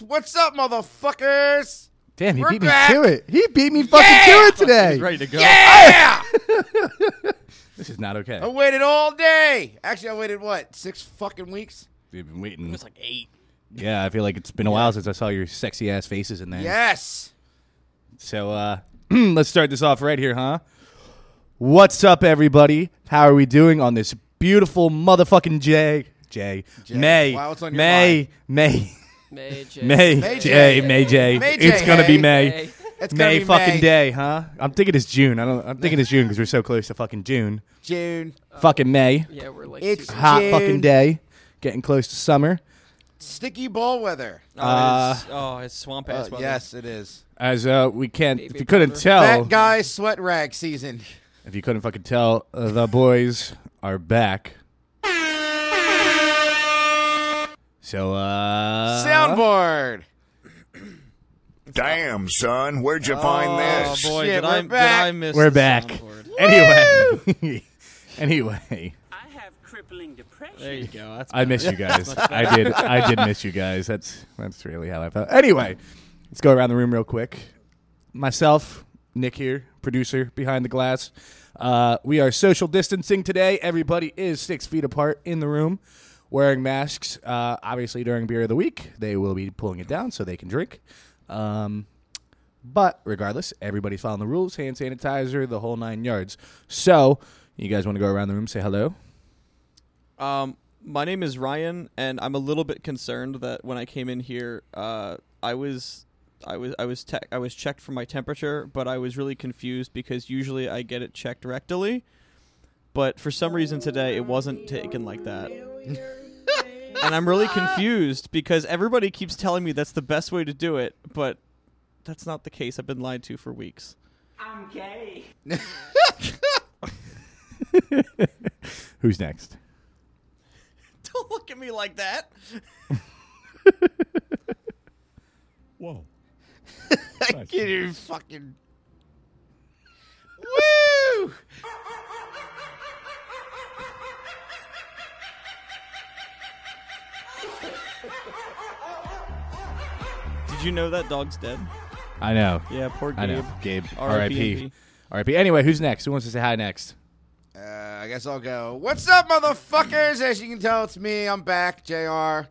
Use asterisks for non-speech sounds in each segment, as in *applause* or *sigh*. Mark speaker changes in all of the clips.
Speaker 1: What's up, motherfuckers?
Speaker 2: Damn, he
Speaker 1: We're
Speaker 2: beat
Speaker 1: back.
Speaker 2: me to it. He beat me fucking
Speaker 1: Yeah!
Speaker 2: to it today.
Speaker 3: He's ready to go. *laughs*
Speaker 1: Yeah! Oh.
Speaker 3: This is not okay.
Speaker 1: I waited all day. Actually, I waited what six fucking weeks.
Speaker 3: We've been waiting.
Speaker 4: It was like eight.
Speaker 3: yeah, I feel like it's been a while since I saw your sexy ass faces in there.
Speaker 1: Yes.
Speaker 3: So uh, *clears throat* let's start this off right here, huh? What's up, everybody? How are we doing on this beautiful motherfucking Jay? Jay. May.
Speaker 1: Wow, it's on your
Speaker 3: May. May.
Speaker 4: May, J.
Speaker 3: May.
Speaker 1: May J.
Speaker 3: Jay. May Jay.
Speaker 1: May
Speaker 3: It's
Speaker 1: J,
Speaker 3: gonna be
Speaker 1: hey.
Speaker 3: May.
Speaker 1: It's gonna
Speaker 3: May
Speaker 1: be
Speaker 3: fucking
Speaker 1: May.
Speaker 3: day, huh? I'm thinking it's June. I don't. I'm thinking it's June because we're so close to fucking June.
Speaker 1: June.
Speaker 3: fucking May.
Speaker 4: Yeah, we're like
Speaker 1: It's
Speaker 4: two-
Speaker 3: Hot
Speaker 1: June.
Speaker 3: fucking day. Getting close to summer.
Speaker 1: Sticky ball weather.
Speaker 4: oh, it's, oh, it's swamp
Speaker 1: Uh,
Speaker 4: ass. weather.
Speaker 1: yes, it is.
Speaker 3: As uh, we can't, if
Speaker 4: Baby
Speaker 3: you couldn't
Speaker 4: bummer.
Speaker 3: tell,
Speaker 1: Fat guy sweat rag season.
Speaker 3: if you couldn't fucking tell, uh, the boys are back. So, uh.
Speaker 1: Soundboard. *laughs*
Speaker 5: Damn, son, where'd you find
Speaker 4: Oh
Speaker 5: this?
Speaker 4: boy,
Speaker 1: Shit,
Speaker 4: did,
Speaker 1: we're
Speaker 4: I, did
Speaker 1: back.
Speaker 4: I miss
Speaker 3: We're
Speaker 4: the
Speaker 3: back.
Speaker 4: soundboard.
Speaker 3: Anyway. *laughs* anyway.
Speaker 6: I have crippling depression.
Speaker 4: There you go. That's
Speaker 3: I miss you guys. I did. I did miss you guys. That's that's really how I felt. Anyway, let's go around the room real quick. Myself, Nick here, producer behind the glass. Uh, we are social distancing today. Everybody is six feet apart in the room, wearing masks. Uh, obviously, during beer of the week, they will be pulling it down so they can drink. Um, but regardless, everybody's following the rules: hand sanitizer, the whole nine yards. So, you guys want to go around the room, say hello.
Speaker 4: Um, my name is Ryan, and I'm a little bit concerned that when I came in here, uh, I was, I was, I was, te- I was checked for my temperature, but I was really confused because usually I get it checked rectally, but for some reason today it wasn't taken like that. and I'm really confused because everybody keeps telling me that's the best way to do it, but that's not the case. I've been lied to for weeks.
Speaker 6: I'm gay.
Speaker 3: Who's next?
Speaker 4: Don't look at me like that.
Speaker 1: I can't even fucking. Woo!
Speaker 4: Did you know that dog's dead?
Speaker 3: I know.
Speaker 4: Yeah, poor Gabe.
Speaker 3: I know. Gabe. R.I.P.
Speaker 4: R.I.P..
Speaker 3: R.I.P. Anyway, who's next? Who wants to say hi next? *laughs*
Speaker 1: Uh, I guess I'll go. What's up, motherfuckers? As you can tell, it's me. I'm back, Jr.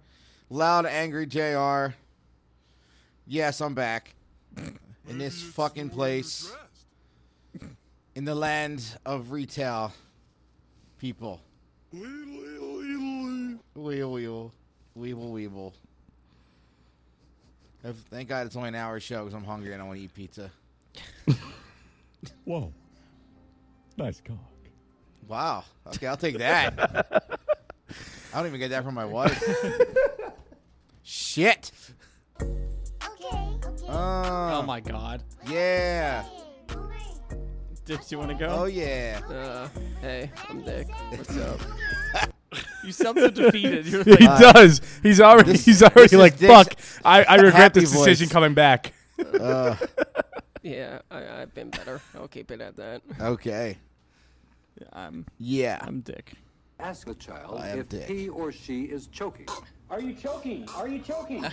Speaker 1: Loud, angry Jr. Yes, I'm back in this fucking place, in the land of retail people. Weeble, weeble, weeble, weeble. If- Thank God it's only an hour show because I'm hungry and I want to eat pizza.
Speaker 7: Whoa. Nice cock.
Speaker 1: Wow. Okay, I'll take that. I don't even get that from my wife. Shit. Okay.
Speaker 4: Oh
Speaker 1: Oh
Speaker 4: my god.
Speaker 1: yeah.
Speaker 4: Dips, you want to
Speaker 1: Oh
Speaker 4: go?
Speaker 1: yeah.
Speaker 8: Uh, hey, I'm Nick. What's up?
Speaker 4: *laughs* You sound so defeated. You're
Speaker 3: He
Speaker 4: like,
Speaker 3: does. He's already.
Speaker 1: this-
Speaker 3: he's
Speaker 1: this
Speaker 3: already
Speaker 1: is
Speaker 3: like
Speaker 1: Dick's
Speaker 3: fuck. I, I regret
Speaker 1: happy
Speaker 3: this decision
Speaker 1: voice.
Speaker 3: coming back.
Speaker 1: Uh,
Speaker 8: *laughs* Yeah, I, I've been better. I'll keep it at that.
Speaker 1: okay.
Speaker 4: Oh. I'm,
Speaker 1: Yeah.
Speaker 4: I'm Dick.
Speaker 9: Ask the child
Speaker 1: I am
Speaker 9: if
Speaker 1: Dick.
Speaker 9: he or she is choking.
Speaker 6: Are you choking? Are you choking?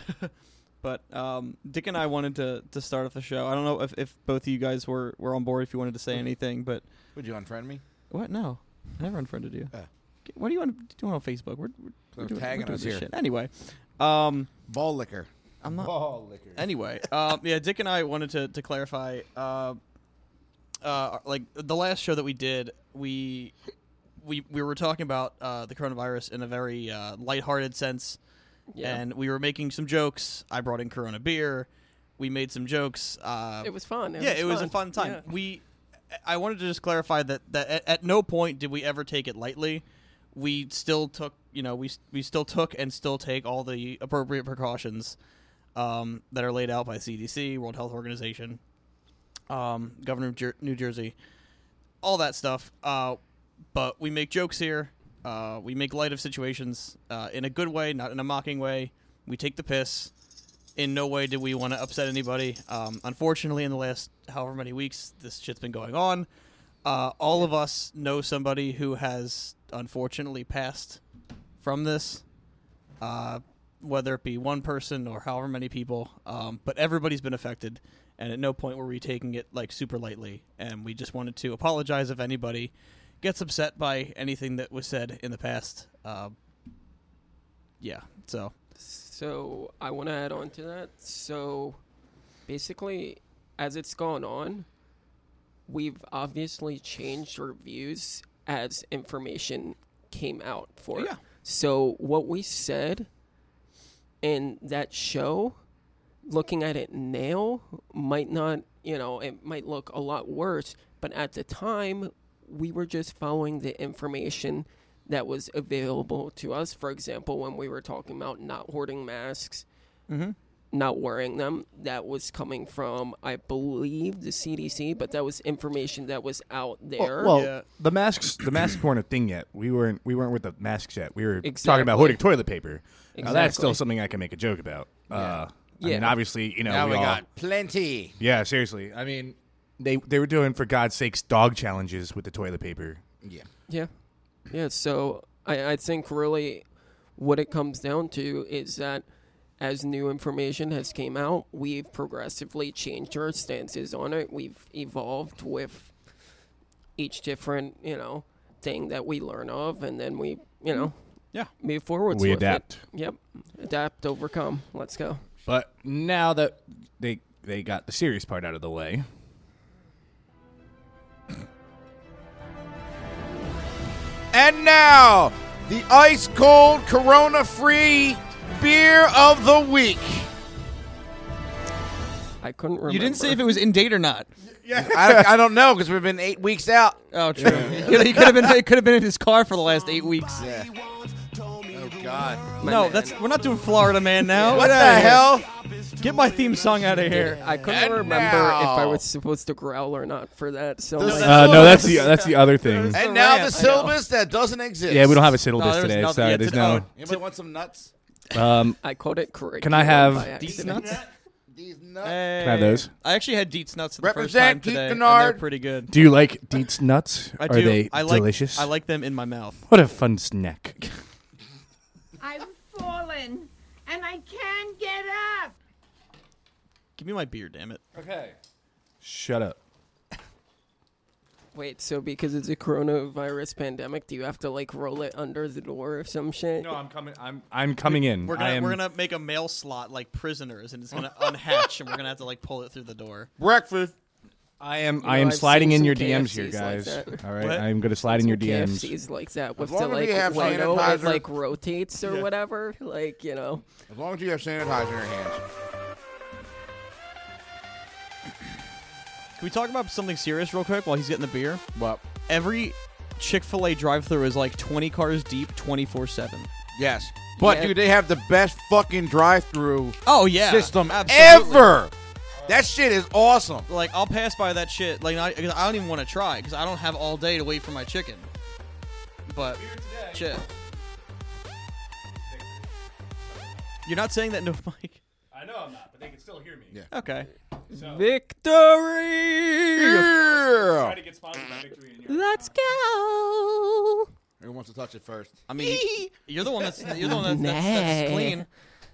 Speaker 4: But um, Dick and I wanted to, to start off the show. I don't know if, if both of you guys were, were on board if you wanted to say anything, but
Speaker 1: Would you unfriend me?
Speaker 4: what? No, I never unfriended you.
Speaker 1: Oh.
Speaker 4: G- What do you want to do on Facebook? We're, we're,
Speaker 1: They're
Speaker 4: we're doing,
Speaker 1: tagging
Speaker 4: we're doing
Speaker 1: us
Speaker 4: this
Speaker 1: here.
Speaker 4: shit. Anyway, um,
Speaker 1: Ball liquor.
Speaker 4: I'm not.
Speaker 1: Ball liquor.
Speaker 4: anyway, um, yeah, Dick and I wanted to, to clarify. Uh, uh, like the last show that we did, we we we were talking about uh, the coronavirus in a very uh, lighthearted sense,
Speaker 8: Yeah.
Speaker 4: and we were making some jokes. I brought in Corona beer. We made some jokes. Uh,
Speaker 8: it was fun. It
Speaker 4: yeah,
Speaker 8: was
Speaker 4: it was a fun time.
Speaker 8: Yeah.
Speaker 4: We, I wanted to just clarify that that at, at no point did we ever take it lightly. We still took, you know, we we still took and still take all the appropriate precautions um, that are laid out by CDC, World Health Organization, um, Governor of Jer- New Jersey, all that stuff. Uh, but we make jokes here. Uh, we make light of situations uh, in a good way, not in a mocking way. We take the piss. In no way did we want to upset anybody. Um, unfortunately, in the last however many weeks, this shit's been going on. Uh, all of us know somebody who has unfortunately passed from this. Uh, whether it be one person or however many people. Um, but everybody's been affected, and at no point were we taking it like super lightly. And we just wanted to apologize if anybody gets upset by anything that was said in the past. Um, yeah, so
Speaker 8: So I want to add on to that. So basically, as it's gone on, we've obviously changed our views as information came out for it.
Speaker 4: Oh, Yeah.
Speaker 8: So what we said in that show, looking at it now, might not, you know, it might look a lot worse, but at the time, we were just following the information that was available to us. For example, when we were talking about not hoarding masks,
Speaker 3: Mm-hmm.
Speaker 8: not wearing them. That was coming from, I believe, the CDC, but that was information that was out there.
Speaker 3: Well,
Speaker 4: Yeah.
Speaker 3: the masks the masks weren't a thing yet. We weren't we weren't with the masks yet. We were talking
Speaker 8: Exactly.
Speaker 3: about hoarding toilet paper. Now that's still
Speaker 8: Exactly.
Speaker 3: something I can make a joke about. Uh, I
Speaker 8: Yeah.
Speaker 3: mean, obviously, you know,
Speaker 1: Now
Speaker 3: we,
Speaker 1: we
Speaker 3: all-
Speaker 1: got plenty.
Speaker 3: Yeah, seriously. I mean, they they were doing for God's sakes dog challenges with the toilet paper.
Speaker 1: Yeah.
Speaker 8: yeah. Yeah. So I, I think really what it comes down to is that as new information has came out, we've progressively changed our stances on it. We've evolved with each different, you know, thing that we learn of and then we, you know,
Speaker 4: yeah,
Speaker 8: move forward.
Speaker 3: We
Speaker 8: with it.
Speaker 3: adapt.
Speaker 8: Yep. Adapt, overcome. Let's go.
Speaker 3: But now that they they got the serious part out of the way,
Speaker 1: And now, the ice cold Corona free beer of the week.
Speaker 8: I couldn't remember.
Speaker 4: you didn't say if it was in date or not.
Speaker 1: I, I don't know because we've been eight weeks out.
Speaker 4: Oh, true. *laughs* He could have been. It could have been in his car for the last eight weeks.
Speaker 1: Yeah. Oh God!
Speaker 4: No,
Speaker 8: man.
Speaker 4: that's we're not doing Florida *laughs* man now.
Speaker 1: What
Speaker 4: Get
Speaker 1: the
Speaker 4: outta here.
Speaker 1: hell?
Speaker 4: Get my theme song out of here.
Speaker 8: I couldn't
Speaker 1: And
Speaker 8: remember if I
Speaker 1: now-
Speaker 8: was supposed to growl or not for that. So
Speaker 1: This-
Speaker 8: like,
Speaker 3: uh, no, that's the that's the other thing.
Speaker 1: And
Speaker 4: a
Speaker 1: now
Speaker 4: rant,
Speaker 1: the
Speaker 4: I know.
Speaker 1: syllabus that doesn't exist.
Speaker 3: Yeah, we don't have a syllable
Speaker 4: No,
Speaker 3: disc
Speaker 4: Oh, there was
Speaker 3: today.
Speaker 4: nothing-
Speaker 3: Sorry,
Speaker 4: yeah,
Speaker 3: there's
Speaker 4: today- oh,
Speaker 3: no.
Speaker 1: Anybody want some nuts?
Speaker 3: Um,
Speaker 8: I called it correct.
Speaker 3: Can I have-
Speaker 4: Deets nuts.
Speaker 1: These nuts.
Speaker 3: can I have those?
Speaker 4: I actually had Deets nuts for the first time
Speaker 1: Represent Pete
Speaker 4: today. and they're
Speaker 1: Kennard.
Speaker 4: pretty good.
Speaker 3: Do you like Deets nuts?
Speaker 4: I
Speaker 3: Are
Speaker 4: do.
Speaker 3: they
Speaker 4: I like,
Speaker 3: delicious?
Speaker 4: I like them in my mouth.
Speaker 3: What a fun snack.
Speaker 2: I've fallen and I can't get up.
Speaker 4: Give me my beer, damn it.
Speaker 3: Shut up.
Speaker 8: Wait, so because it's a coronavirus pandemic, do you have to like roll it under the door or some shit?
Speaker 3: I'm coming. I'm I'm coming in.
Speaker 4: We're gonna
Speaker 3: I am-
Speaker 4: we're gonna make a mail slot like prisoners, and it's gonna unhatch, and we're gonna have to like pull it through the door.
Speaker 1: Breakfast.
Speaker 3: I am.
Speaker 8: know,
Speaker 3: I am
Speaker 8: I've
Speaker 3: sliding
Speaker 8: seen
Speaker 3: in
Speaker 8: some
Speaker 3: your DMs here,
Speaker 8: KFCs like
Speaker 3: guys.
Speaker 8: that.
Speaker 3: All right,
Speaker 4: What?
Speaker 3: I'm gonna slide in your DMs.
Speaker 8: KFCs like that with
Speaker 1: long
Speaker 8: the
Speaker 1: as we
Speaker 8: like
Speaker 1: have
Speaker 8: window it
Speaker 1: sanitizer.
Speaker 8: like rotates or whatever, like you know.
Speaker 1: As long as you have sanitizer in your hands.
Speaker 4: Can we talk about something serious real quick while he's getting the beer?
Speaker 1: But
Speaker 4: Every Chick Fil A drive-through is like twenty cars deep, twenty four seven.
Speaker 1: yes, but
Speaker 8: Yeah.
Speaker 1: dude, they have the best fucking drive-through
Speaker 4: Oh yeah,
Speaker 1: system
Speaker 4: absolutely.
Speaker 1: ever. That shit is awesome.
Speaker 4: Like I'll pass by that shit. Like not, 'cause I don't even want to try because I don't have all day to wait for my chicken. But shit. You're not saying that no *laughs* mic.
Speaker 3: I know I'm not, but they can still hear me.
Speaker 4: Okay.
Speaker 8: Victory!
Speaker 1: Yeah.
Speaker 3: get sponsored by Victory
Speaker 8: Let's go.
Speaker 1: Who wants to touch it first?
Speaker 4: I *laughs* mean, you- you're the one that's you're the one that's, that's,
Speaker 8: Nay.
Speaker 4: that's clean.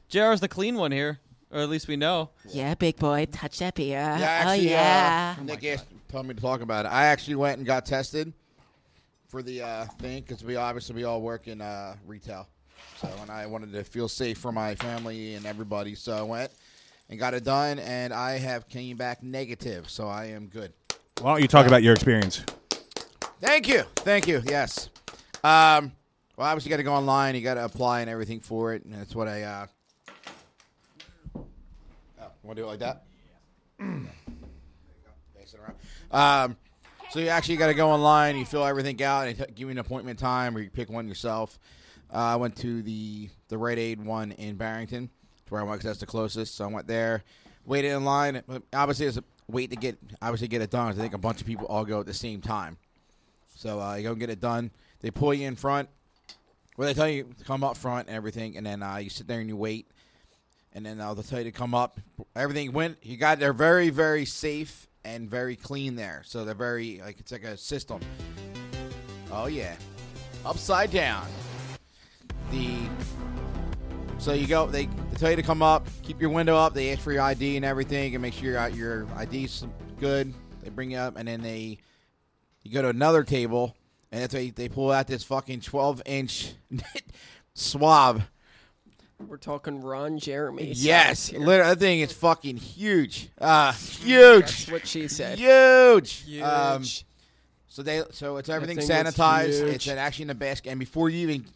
Speaker 4: JR's the clean one here, or at least we know.
Speaker 2: Yeah, big boy, touch that beer. Oh,
Speaker 8: oh,
Speaker 1: actually, uh, Nick asked, told me to talk about it. I actually went and got tested for the uh, thing because we obviously we all work in uh, retail, so and I wanted to feel safe for my family and everybody, so I went and got it done, and I have came back negative, so I am good.
Speaker 3: Why don't you talk about your experience?
Speaker 1: Thank you, thank you. Yes. Um, well, obviously, you got to go online. You got to apply and everything for it, and that's what I. Uh, oh, want to do it like that? *clears throat* Face it around. Um, so you actually got to go online. You fill everything out and it t- give you an appointment time, or you pick one yourself. Uh, I went to the the Rite Aid one in Barrington. That's where I went because that's the closest. So I went there, waited in line. Obviously, there's a wait to get obviously get it done. 'cause I think a bunch of people all go at the same time. So uh, you go and get it done. They pull you in front. Well, they tell you to come up front and everything, and then uh, you sit there and you wait. And then uh, they'll tell you to come up. Everything went. You got they're very, very safe and very clean there. So they're very like it's like a system. Oh yeah, upside down. The So you go. They, they tell you to come up, keep your window up. They ask for your ID and everything, and make sure your your ID's good. They bring you up, and then they you go to another table, and that's they they pull out this fucking twelve inch *laughs* swab.
Speaker 8: We're talking Ron Jeremy. size
Speaker 1: uh, Yes,
Speaker 8: here.
Speaker 1: literally, that thing is fucking huge. Uh, huge,
Speaker 8: That's what she said.
Speaker 1: huge.
Speaker 8: Huge.
Speaker 1: Um, so they so it's everything
Speaker 8: thing was
Speaker 1: sanitized.
Speaker 8: huge.
Speaker 1: It's actually in the basket, and before you even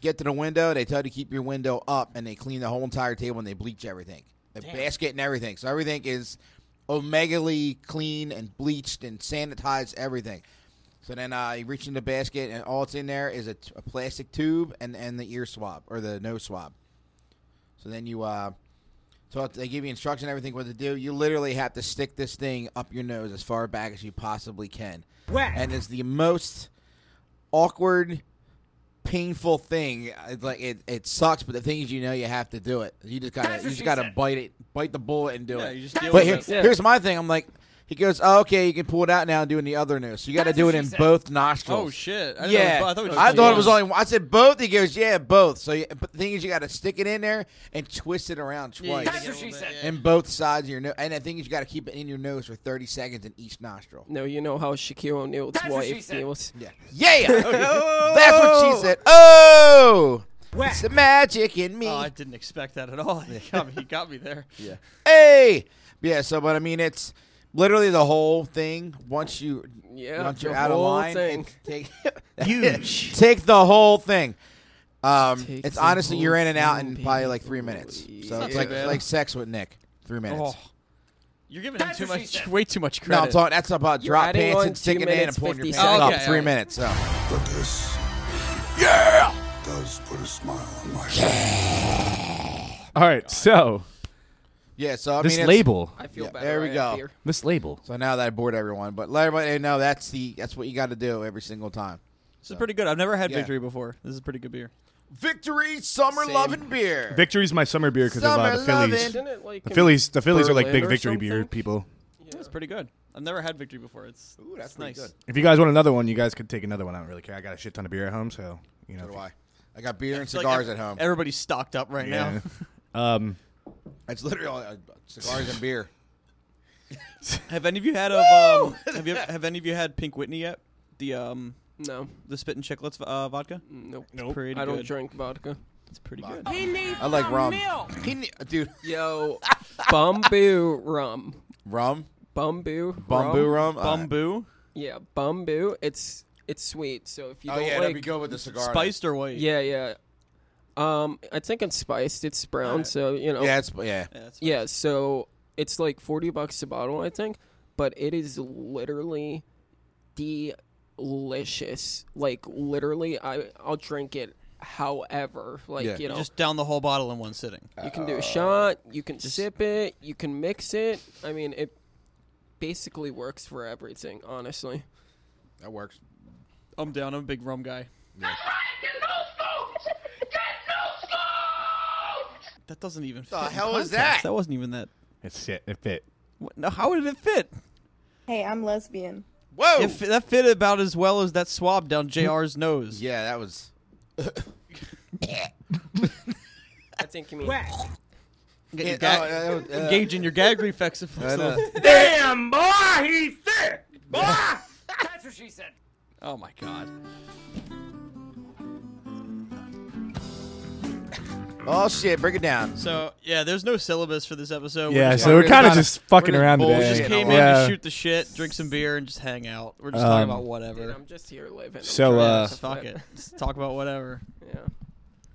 Speaker 1: get to the window, they tell you to keep your window up, and they clean the whole entire table and they bleach everything, the basket and everything. So everything is omegally clean and bleached and sanitized everything. So then uh, you reach in the basket, and all it's in there is a, t- a plastic tube and and the ear swab or the nose swab. So then you uh, so they give you instruction everything what to do. You literally have to stick this thing up your nose as far back as you possibly can. And it's the most awkward, painful thing. It's like it, it sucks, but the thing is, you know, you have to do it. You just gotta, you just gotta bite it, bite the bullet, and do
Speaker 4: Yeah,
Speaker 1: it.
Speaker 4: you just deal
Speaker 1: but
Speaker 4: with
Speaker 1: here-
Speaker 4: it.
Speaker 8: Yeah.
Speaker 1: here's my thing. I'm like, he goes, oh, okay, you can pull it out now and do it in the other nose. So you got to do it in both nostrils.
Speaker 4: Oh shit! I
Speaker 1: Yeah,
Speaker 4: thought it was,
Speaker 1: I thought it was
Speaker 4: just
Speaker 1: only. I said both. He goes, yeah, both. So, you, but the thing is, you got to stick it in there and twist it around
Speaker 4: one.
Speaker 1: twice
Speaker 4: Yeah, you gotta get a little bit, yeah.
Speaker 1: in both sides of your nose. And the thing is, you got to keep it in your nose for 30 seconds in each nostril.
Speaker 8: No, you know how Shaquille O'Neal's wife feels.
Speaker 1: Yeah.
Speaker 4: *laughs*
Speaker 1: Yeah! That's what she said. Oh! It's the magic in me.
Speaker 4: Oh, I didn't expect that at all. *laughs* He got me, he got me there. *laughs*
Speaker 1: yeah. Hey! Yeah, so, but I mean, it's literally the whole thing. Once you.
Speaker 8: Yeah,
Speaker 1: once you're
Speaker 8: the
Speaker 1: out
Speaker 8: whole
Speaker 1: of line,
Speaker 8: thing.
Speaker 1: it's- *laughs* take,
Speaker 4: Oh.
Speaker 1: huge. take the whole thing. Um,
Speaker 8: Take
Speaker 1: it's
Speaker 8: the
Speaker 1: honestly you're in and out
Speaker 8: whole
Speaker 1: in
Speaker 8: thing,
Speaker 1: probably
Speaker 8: baby.
Speaker 1: like three minutes. So
Speaker 8: Not
Speaker 1: it's
Speaker 4: too
Speaker 1: like
Speaker 4: bad.
Speaker 1: like sex with Nick, three minutes.
Speaker 4: Oh, you're giving him too much, way too much
Speaker 1: No,
Speaker 4: credit.
Speaker 1: I'm talking. That's about
Speaker 8: You're
Speaker 1: drop
Speaker 8: adding
Speaker 1: pants
Speaker 8: on
Speaker 1: and
Speaker 8: two
Speaker 1: sticking it in and
Speaker 8: minutes,
Speaker 1: pulling your
Speaker 8: 50
Speaker 1: pants up.
Speaker 4: seconds.
Speaker 1: three
Speaker 4: Okay,
Speaker 1: minutes. So
Speaker 5: But this, yeah, does put a smile on my face.
Speaker 3: All right, so
Speaker 1: yeah. So I mean,
Speaker 3: this
Speaker 1: it's-
Speaker 3: label,
Speaker 8: I feel
Speaker 1: Yeah,
Speaker 8: better.
Speaker 1: there we
Speaker 8: I
Speaker 1: go.
Speaker 8: have beer.
Speaker 3: this label.
Speaker 1: So now that I bored everyone, but let everybody know that's the that's what you got to do every single time.
Speaker 4: this is pretty good. I've never had
Speaker 1: Yeah.
Speaker 4: victory before. This is pretty good beer.
Speaker 1: Victory, summer
Speaker 8: Same.
Speaker 1: loving beer.
Speaker 3: Victory's my summer beer because of uh, the
Speaker 1: Summer lovin'.
Speaker 3: Phillies.
Speaker 8: Isn't it like
Speaker 3: The
Speaker 8: in-
Speaker 3: Phillies, the Phillies are like
Speaker 8: Berlin
Speaker 3: big
Speaker 8: or
Speaker 3: victory beer
Speaker 8: something?
Speaker 3: people.
Speaker 4: It's pretty good. I've never had victory before. It's
Speaker 1: Ooh, that's
Speaker 4: it's
Speaker 1: pretty
Speaker 4: nice.
Speaker 1: good.
Speaker 3: If you guys want another one, you guys could take another one. I don't really care. I got a shit ton of beer at home, so you know.
Speaker 1: So
Speaker 3: if
Speaker 1: do
Speaker 3: you-
Speaker 1: I. I got beer and
Speaker 4: It's like
Speaker 1: cigars
Speaker 4: ev-
Speaker 1: at home.
Speaker 4: Everybody's stocked up right
Speaker 3: Yeah.
Speaker 4: now.
Speaker 3: um,
Speaker 1: It's literally all, uh, cigars and beer.
Speaker 4: *laughs* Have any of you had of um, have you have any of you had Pink Whitney yet? The um
Speaker 8: No,
Speaker 4: the spit and chicklets uh, vodka.
Speaker 8: Mm, nope.
Speaker 4: Nope. Pretty
Speaker 8: I don't
Speaker 4: good.
Speaker 8: drink vodka.
Speaker 4: It's pretty good.
Speaker 1: I like rum. He ne- dude,
Speaker 8: *laughs* Yo, bamboo rum.
Speaker 1: rum,
Speaker 8: Bamboo.
Speaker 1: bamboo
Speaker 8: rum.
Speaker 1: rum, Uh,
Speaker 4: Bamboo,
Speaker 8: Yeah, bamboo. It's it's sweet. So if you
Speaker 1: oh
Speaker 8: don't
Speaker 1: yeah, that'd
Speaker 8: like,
Speaker 1: be good with the cigar.
Speaker 4: spiced or white?
Speaker 8: yeah, yeah. Um, I think it's spiced. It's brown, so you know.
Speaker 1: Yeah, it's yeah.
Speaker 4: Yeah, it's-
Speaker 8: Yeah, so it's like 40 bucks a bottle, I think, but it is literally delicious. Like literally I I'll drink it however, like,
Speaker 1: Yeah.
Speaker 8: you
Speaker 4: You
Speaker 8: know.
Speaker 4: just down the whole bottle in one sitting.
Speaker 8: you can do a shot, you can sip it, you can mix it. I mean, it basically works for everything, honestly.
Speaker 1: That works.
Speaker 4: I'm down. I'm a big rum guy. That doesn't even. fit
Speaker 1: The
Speaker 4: in
Speaker 1: hell is
Speaker 4: context.
Speaker 1: that?
Speaker 4: That wasn't even that.
Speaker 3: it's shit. It fit.
Speaker 4: What, no, how did it fit?
Speaker 2: Hey, I'm lesbian.
Speaker 1: Whoa.
Speaker 4: It fi- that fit about as well as that swab down Jr's nose.
Speaker 1: yeah, that was.
Speaker 8: I think you mean
Speaker 4: Get your
Speaker 1: Yeah,
Speaker 4: gag-
Speaker 1: oh, yeah, that was- uh,
Speaker 4: engage in your gag reflex.
Speaker 1: *laughs*
Speaker 4: if
Speaker 1: I know.
Speaker 4: possible.
Speaker 6: Damn, boy, he's thick. Boy. That's what she said.
Speaker 4: Oh my god.
Speaker 1: Oh shit! Break it down.
Speaker 4: So yeah, there's no syllabus for this episode. We're
Speaker 3: Yeah,
Speaker 4: just-
Speaker 3: so we're
Speaker 1: we're
Speaker 3: kind of
Speaker 1: just-
Speaker 3: just
Speaker 1: we're
Speaker 3: fucking
Speaker 1: just
Speaker 3: around
Speaker 1: bullshitting
Speaker 3: today.
Speaker 4: we just came in
Speaker 3: Yeah.
Speaker 4: to shoot the shit, drink some beer, and just hang out. We're just talking
Speaker 3: Um,
Speaker 4: about
Speaker 8: Dude,
Speaker 4: whatever.
Speaker 8: I'm just here living. I'm
Speaker 3: So,
Speaker 8: trying
Speaker 3: uh,
Speaker 8: to
Speaker 4: Fuck
Speaker 8: flip.
Speaker 4: it. Just talk about whatever.
Speaker 8: Yeah.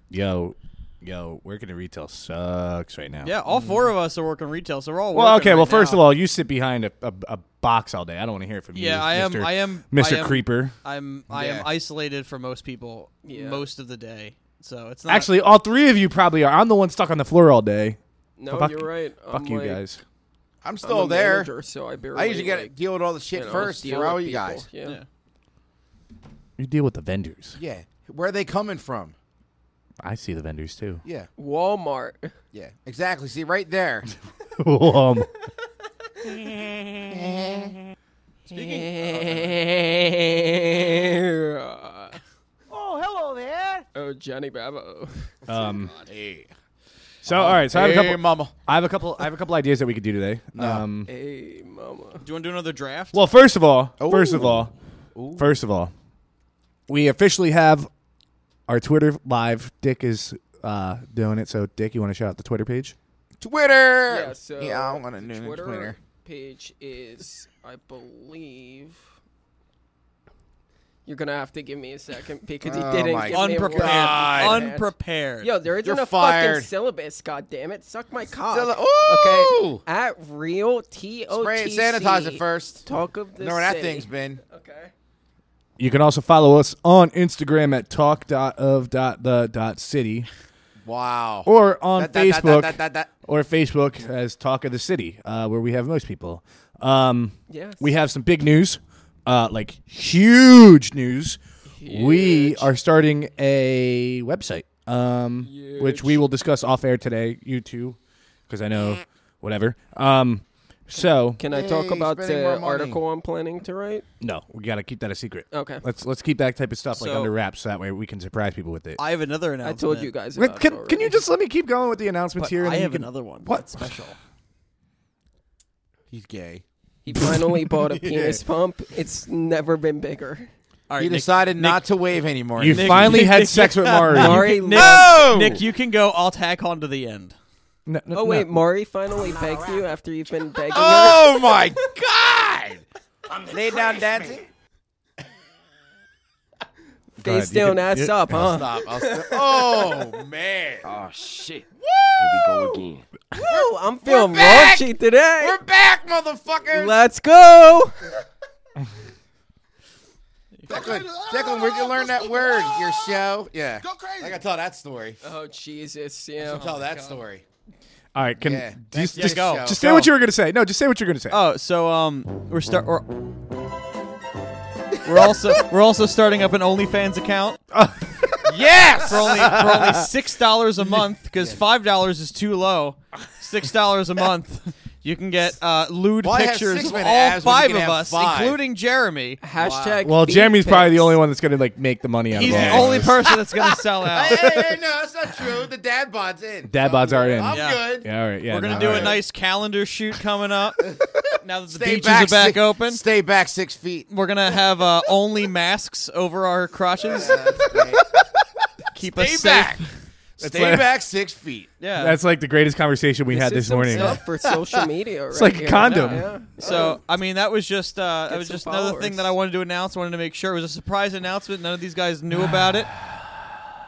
Speaker 3: Yo, yo, working in retail sucks right now.
Speaker 4: Yeah, all four of us are working retail, so we're all.
Speaker 3: Well,
Speaker 4: working
Speaker 3: okay.
Speaker 4: right
Speaker 3: Well, first of
Speaker 4: now.
Speaker 3: all, you sit behind a, a, a box all day. I don't want to hear it from you.
Speaker 4: Yeah, I am-
Speaker 3: Mr.
Speaker 4: I am-
Speaker 3: Mr.
Speaker 4: I am- uh,
Speaker 3: Creeper.
Speaker 4: I'm I
Speaker 1: Yeah.
Speaker 4: am isolated from most people
Speaker 8: Yeah.
Speaker 4: most of the day, so it's not
Speaker 3: Actually, all three of you probably are. I'm the one stuck on the floor all day.
Speaker 8: No,
Speaker 3: fuck-
Speaker 8: you're right.
Speaker 3: Fuck
Speaker 8: I'm
Speaker 3: you
Speaker 8: like-
Speaker 3: guys.
Speaker 1: I'm
Speaker 8: I'm
Speaker 1: still
Speaker 8: a
Speaker 1: Oh, there.
Speaker 8: manager, so I barely.
Speaker 1: I usually got to
Speaker 8: like,
Speaker 1: deal with all the shit
Speaker 8: you know,
Speaker 1: first.
Speaker 8: deal
Speaker 1: Where are
Speaker 8: with
Speaker 1: you
Speaker 8: people.
Speaker 1: guys?
Speaker 8: Yeah.
Speaker 4: Yeah.
Speaker 3: You deal with the vendors.
Speaker 1: Yeah. Where are they coming from?
Speaker 3: I see the vendors too.
Speaker 1: Yeah.
Speaker 8: Walmart. *laughs*
Speaker 1: Yeah. Exactly. See, right there.
Speaker 3: *laughs* um,
Speaker 4: *laughs*
Speaker 8: oh,
Speaker 6: Oh, hello there.
Speaker 8: Johnny Bravo.
Speaker 3: um,
Speaker 1: hey.
Speaker 3: So all right, so I have a
Speaker 10: Hey,
Speaker 3: couple.
Speaker 10: mama.
Speaker 3: I have a couple. I have a couple ideas that we could do today. Um,
Speaker 8: Hey, mama.
Speaker 4: Do you want to do another draft?
Speaker 3: well, first of all, first of all, first of all, we officially have our Twitter live. Dick is uh, doing it. So, Dick, you want to shout out the Twitter page?
Speaker 1: Twitter.
Speaker 8: Yeah, so
Speaker 1: yeah I don't want to
Speaker 8: the
Speaker 1: new Twitter.
Speaker 8: Twitter
Speaker 1: Twitter.
Speaker 8: page is, I believe. You're gonna have to give me a second because he
Speaker 1: Oh
Speaker 8: didn't
Speaker 1: my
Speaker 8: give
Speaker 4: unprepared,
Speaker 8: me a word.
Speaker 4: unprepared.
Speaker 8: Yo, there isn't
Speaker 1: You're
Speaker 8: a
Speaker 1: fired.
Speaker 8: fucking syllabus. God damn it! Suck my cock.
Speaker 1: Sylla- Ooh!
Speaker 8: okay. At real T O
Speaker 1: Spray
Speaker 8: T
Speaker 1: it,
Speaker 8: C.
Speaker 1: sanitize it first.
Speaker 8: Talk of the
Speaker 1: know where that
Speaker 8: city.
Speaker 1: thing's been.
Speaker 8: Okay.
Speaker 3: You can also follow us on Instagram at talk.of.the.city
Speaker 1: Wow.
Speaker 3: or on
Speaker 1: That- that- that-
Speaker 3: Facebook
Speaker 1: that- that- that-
Speaker 3: or Facebook as Talk of the City, uh, where we have most people. Um,
Speaker 8: Yes.
Speaker 3: We have some big news, uh, like huge news. We
Speaker 8: Huge.
Speaker 3: are starting a website, um, which we will discuss off air today, you two, because I know whatever. Um, so
Speaker 8: Can I talk
Speaker 1: Hey,
Speaker 8: about
Speaker 1: spending more
Speaker 8: the
Speaker 1: money.
Speaker 8: article I'm planning to write?
Speaker 3: no, we gotta keep that a secret.
Speaker 8: Okay.
Speaker 3: Let's let's keep that type of stuff like
Speaker 4: So-
Speaker 3: under wraps, so that way we can surprise people with it.
Speaker 4: I have another
Speaker 8: I
Speaker 4: announcement.
Speaker 8: told you guys.
Speaker 3: Wait,
Speaker 8: About it
Speaker 3: can, can
Speaker 8: already.
Speaker 3: you just let me keep going with the announcements
Speaker 4: But
Speaker 3: here? and
Speaker 4: I
Speaker 3: then you
Speaker 4: have
Speaker 3: can-
Speaker 4: another one.
Speaker 3: What?
Speaker 4: That's special? *laughs*
Speaker 1: He's gay. *laughs*
Speaker 8: He finally bought a penis pump. It's never been bigger.
Speaker 4: All right,
Speaker 1: He
Speaker 4: Nick,
Speaker 1: decided not to wave anymore.
Speaker 3: You
Speaker 4: Nick-
Speaker 3: finally
Speaker 4: Nick-
Speaker 3: had
Speaker 4: Nick-
Speaker 3: sex with *laughs* Mari.
Speaker 8: Mari
Speaker 4: Nick,
Speaker 1: No!
Speaker 4: Nick, you can go. I'll tack on to the end.
Speaker 3: No, no,
Speaker 8: Oh wait,
Speaker 3: no.
Speaker 8: Maury finally begged you after you've *laughs* been begging her.
Speaker 1: oh my *laughs* god! Lay down dancing.
Speaker 3: God,
Speaker 8: Face
Speaker 3: you
Speaker 8: down,
Speaker 3: could-
Speaker 8: ass
Speaker 3: you-
Speaker 8: up, huh?
Speaker 1: Stop. I'll st- *laughs* *laughs* oh man.
Speaker 6: Oh shit. Here we go again.
Speaker 8: Woo, I'm feeling
Speaker 1: back!
Speaker 8: raunchy today.
Speaker 1: We're back, motherfuckers.
Speaker 8: Let's go.
Speaker 1: Declan, Declan, where'd you learn that word? Your show? Yeah. Go crazy. I gotta tell that story.
Speaker 8: Oh Jesus, yeah.
Speaker 1: tell that story.
Speaker 3: All right, can
Speaker 1: Yeah.
Speaker 3: just,
Speaker 1: Yeah,
Speaker 3: just,
Speaker 1: go.
Speaker 3: just
Speaker 1: Go.
Speaker 3: say what you were gonna say. No, just say what you're gonna say.
Speaker 4: Oh, so um, we're start we're, we're also we're also starting up an OnlyFans account
Speaker 1: *laughs* Yes.
Speaker 4: for only for only six dollars a month because five dollars is too low. Six dollars a month, you can get uh, lewd
Speaker 1: Why have
Speaker 4: pictures
Speaker 1: six
Speaker 4: of
Speaker 1: when
Speaker 4: all
Speaker 1: abs when you
Speaker 4: five
Speaker 1: can
Speaker 4: of
Speaker 1: have
Speaker 4: us,
Speaker 1: five?
Speaker 4: including Jeremy.
Speaker 8: Hashtag.
Speaker 3: well,
Speaker 8: feet
Speaker 3: Jeremy's probably the
Speaker 8: pics.
Speaker 3: only one that's gonna like make the money out
Speaker 4: He's
Speaker 3: of all
Speaker 4: the
Speaker 3: of
Speaker 4: only
Speaker 3: this.
Speaker 4: person that's gonna
Speaker 1: *laughs*
Speaker 4: sell
Speaker 1: *laughs*
Speaker 4: out.
Speaker 1: hey, hey, hey, no, that's not true. The dad bod's in.
Speaker 3: Dad bods are in.
Speaker 1: I'm
Speaker 4: Yeah.
Speaker 1: good.
Speaker 3: Yeah, all right. Yeah,
Speaker 4: We're gonna
Speaker 3: no,
Speaker 4: do
Speaker 3: all
Speaker 4: a
Speaker 3: right.
Speaker 4: nice calendar shoot
Speaker 1: *laughs*
Speaker 4: coming up. now that the
Speaker 1: Stay
Speaker 4: beaches
Speaker 1: back
Speaker 4: are back
Speaker 1: six-
Speaker 4: open,
Speaker 1: Stay back six feet.
Speaker 4: we're gonna have uh, only masks over
Speaker 1: *laughs*
Speaker 4: our crotches. Keep us
Speaker 1: Stay
Speaker 4: safe.
Speaker 1: back. Stay
Speaker 3: like-
Speaker 1: back six feet.
Speaker 4: Yeah.
Speaker 3: That's like the greatest conversation we had
Speaker 8: is
Speaker 3: this
Speaker 8: some
Speaker 3: morning.
Speaker 8: stuff for social *laughs* media. It's
Speaker 3: like a condom. Oh.
Speaker 4: so I mean that was just uh, that was
Speaker 8: some
Speaker 4: just another thing
Speaker 8: followers.
Speaker 4: that I wanted to announce. Wanted to make sure it was a surprise announcement. None of these guys
Speaker 3: *sighs*
Speaker 4: knew about it.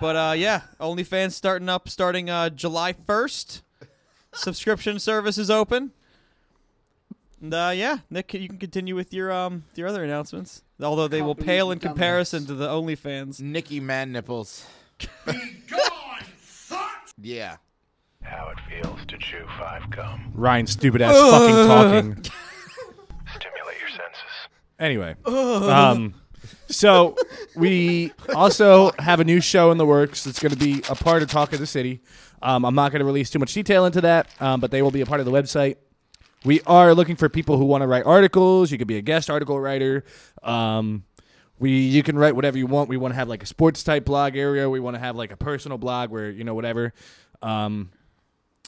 Speaker 4: But uh, yeah, OnlyFans starting up starting uh, July first. Subscription *laughs* service is open. And uh, yeah, Nick, you can continue with your um your other announcements. Although they will pale in comparison to the OnlyFans.
Speaker 1: Nicky man
Speaker 4: *laughs*
Speaker 1: nipples. *laughs* Yeah.
Speaker 5: How it feels to chew five gum.
Speaker 3: Ryan, stupid ass fucking
Speaker 4: *laughs*
Speaker 3: talking.
Speaker 5: Stimulate your senses.
Speaker 3: Anyway, um, so we also have a new show in the works that's going to be a part of Talk of the City. Um, I'm not going to release too much detail into that, um, but they will be a part of the website. We are looking for people who want to write articles. You could be a guest article writer. Um, we you can write whatever you want. We want to have like a sports type blog area. We want to have like a personal blog where you know whatever. Um,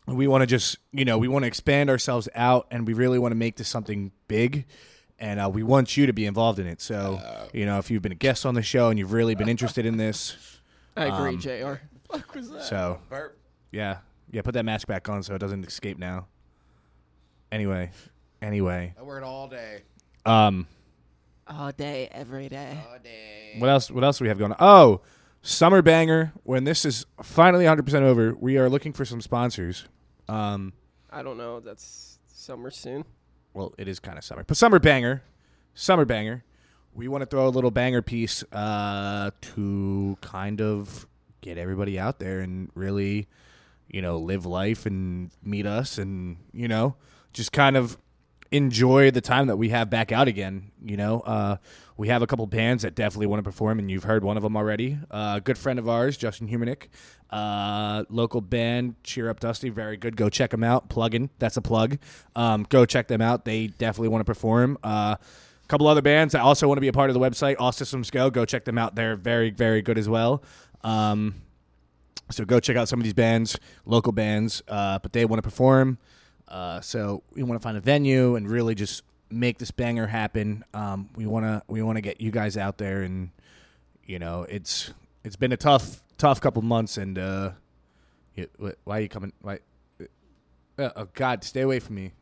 Speaker 3: we want to just you know we want to expand ourselves out and we really want to make this something big and uh, we want you to be involved in it so you know if you've been a guest on the show and you've really been interested in this
Speaker 8: I agree, Jr.
Speaker 3: so yeah yeah put that mask back on so it doesn't escape now anyway anyway
Speaker 1: I wear it all day.
Speaker 3: um
Speaker 8: All day, every day.
Speaker 1: All day.
Speaker 3: what else what else do we have going on oh summer banger when this is finally 100% over we are looking for some sponsors um
Speaker 8: I don't know. That's summer soon.
Speaker 3: well, it is kind of summer, but summer banger, summer banger. We want to throw a little banger piece uh, to kind of get everybody out there and really, you know, live life and meet us and you know, just kind of enjoy the time that we have back out again. You know, uh, we have a couple bands that definitely want to perform, and you've heard one of them already. Uh, a good friend of ours, Justin Humanick, uh, local band, Cheer Up Dusty, very good. Go check them out. Plug in, that's a plug. Um, go check them out. They definitely want to perform. Uh, a couple other bands that also want to be a part of the website, All Systems Go. Go check them out. They're very, very good as well. Um, So go check out some of these bands, local bands, uh, but they want to perform. Uh, so we want to find a venue and really just make this banger happen. Um, we want to we want to get you guys out there, and you know it's it's been a tough tough couple months. And uh, you, wh- why are you coming? Why? Uh, oh God, stay away from me.
Speaker 8: *laughs*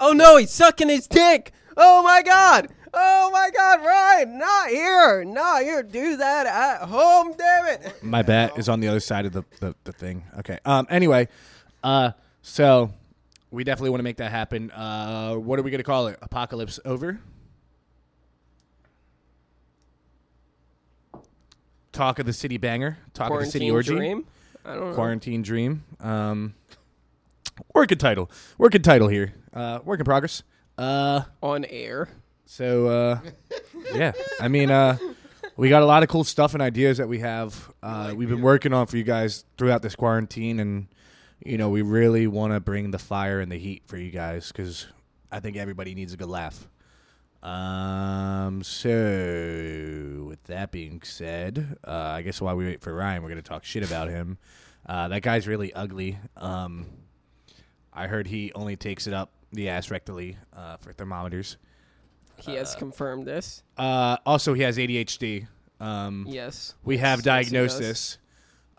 Speaker 8: Oh no, he's sucking his dick. Oh my god. Oh my god, Ryan, not here. Not here. Do that at home, damn it.
Speaker 3: My bat is on the other side of the, the, the thing. Okay. Um. Anyway, uh. So we definitely want to make that happen. Uh. What are we gonna call it? Apocalypse over. Talk of the city banger. Talk of the city
Speaker 8: Quarantine
Speaker 3: orgy.
Speaker 8: dream. I don't know.
Speaker 3: Quarantine dream. Um. Working title. Working title here. Uh. Work in progress. Uh.
Speaker 8: On air.
Speaker 3: So uh, yeah, I mean, uh, we got a lot of cool stuff and ideas that we have. Uh, we've been working on for you guys throughout this quarantine, and you know, we really want to bring the fire and the heat for you guys because I think everybody needs a good laugh. Um, so with that being said, uh, I guess while we wait for Ryan, we're gonna talk shit about him. Uh, that guy's really ugly. Um, I heard he only takes it up the ass rectally uh, for thermometers.
Speaker 8: He has confirmed this.
Speaker 3: Uh, also, he has ADHD. Um,
Speaker 8: Yes.
Speaker 3: We have
Speaker 8: Yes, yes, he does.
Speaker 3: diagnosed this.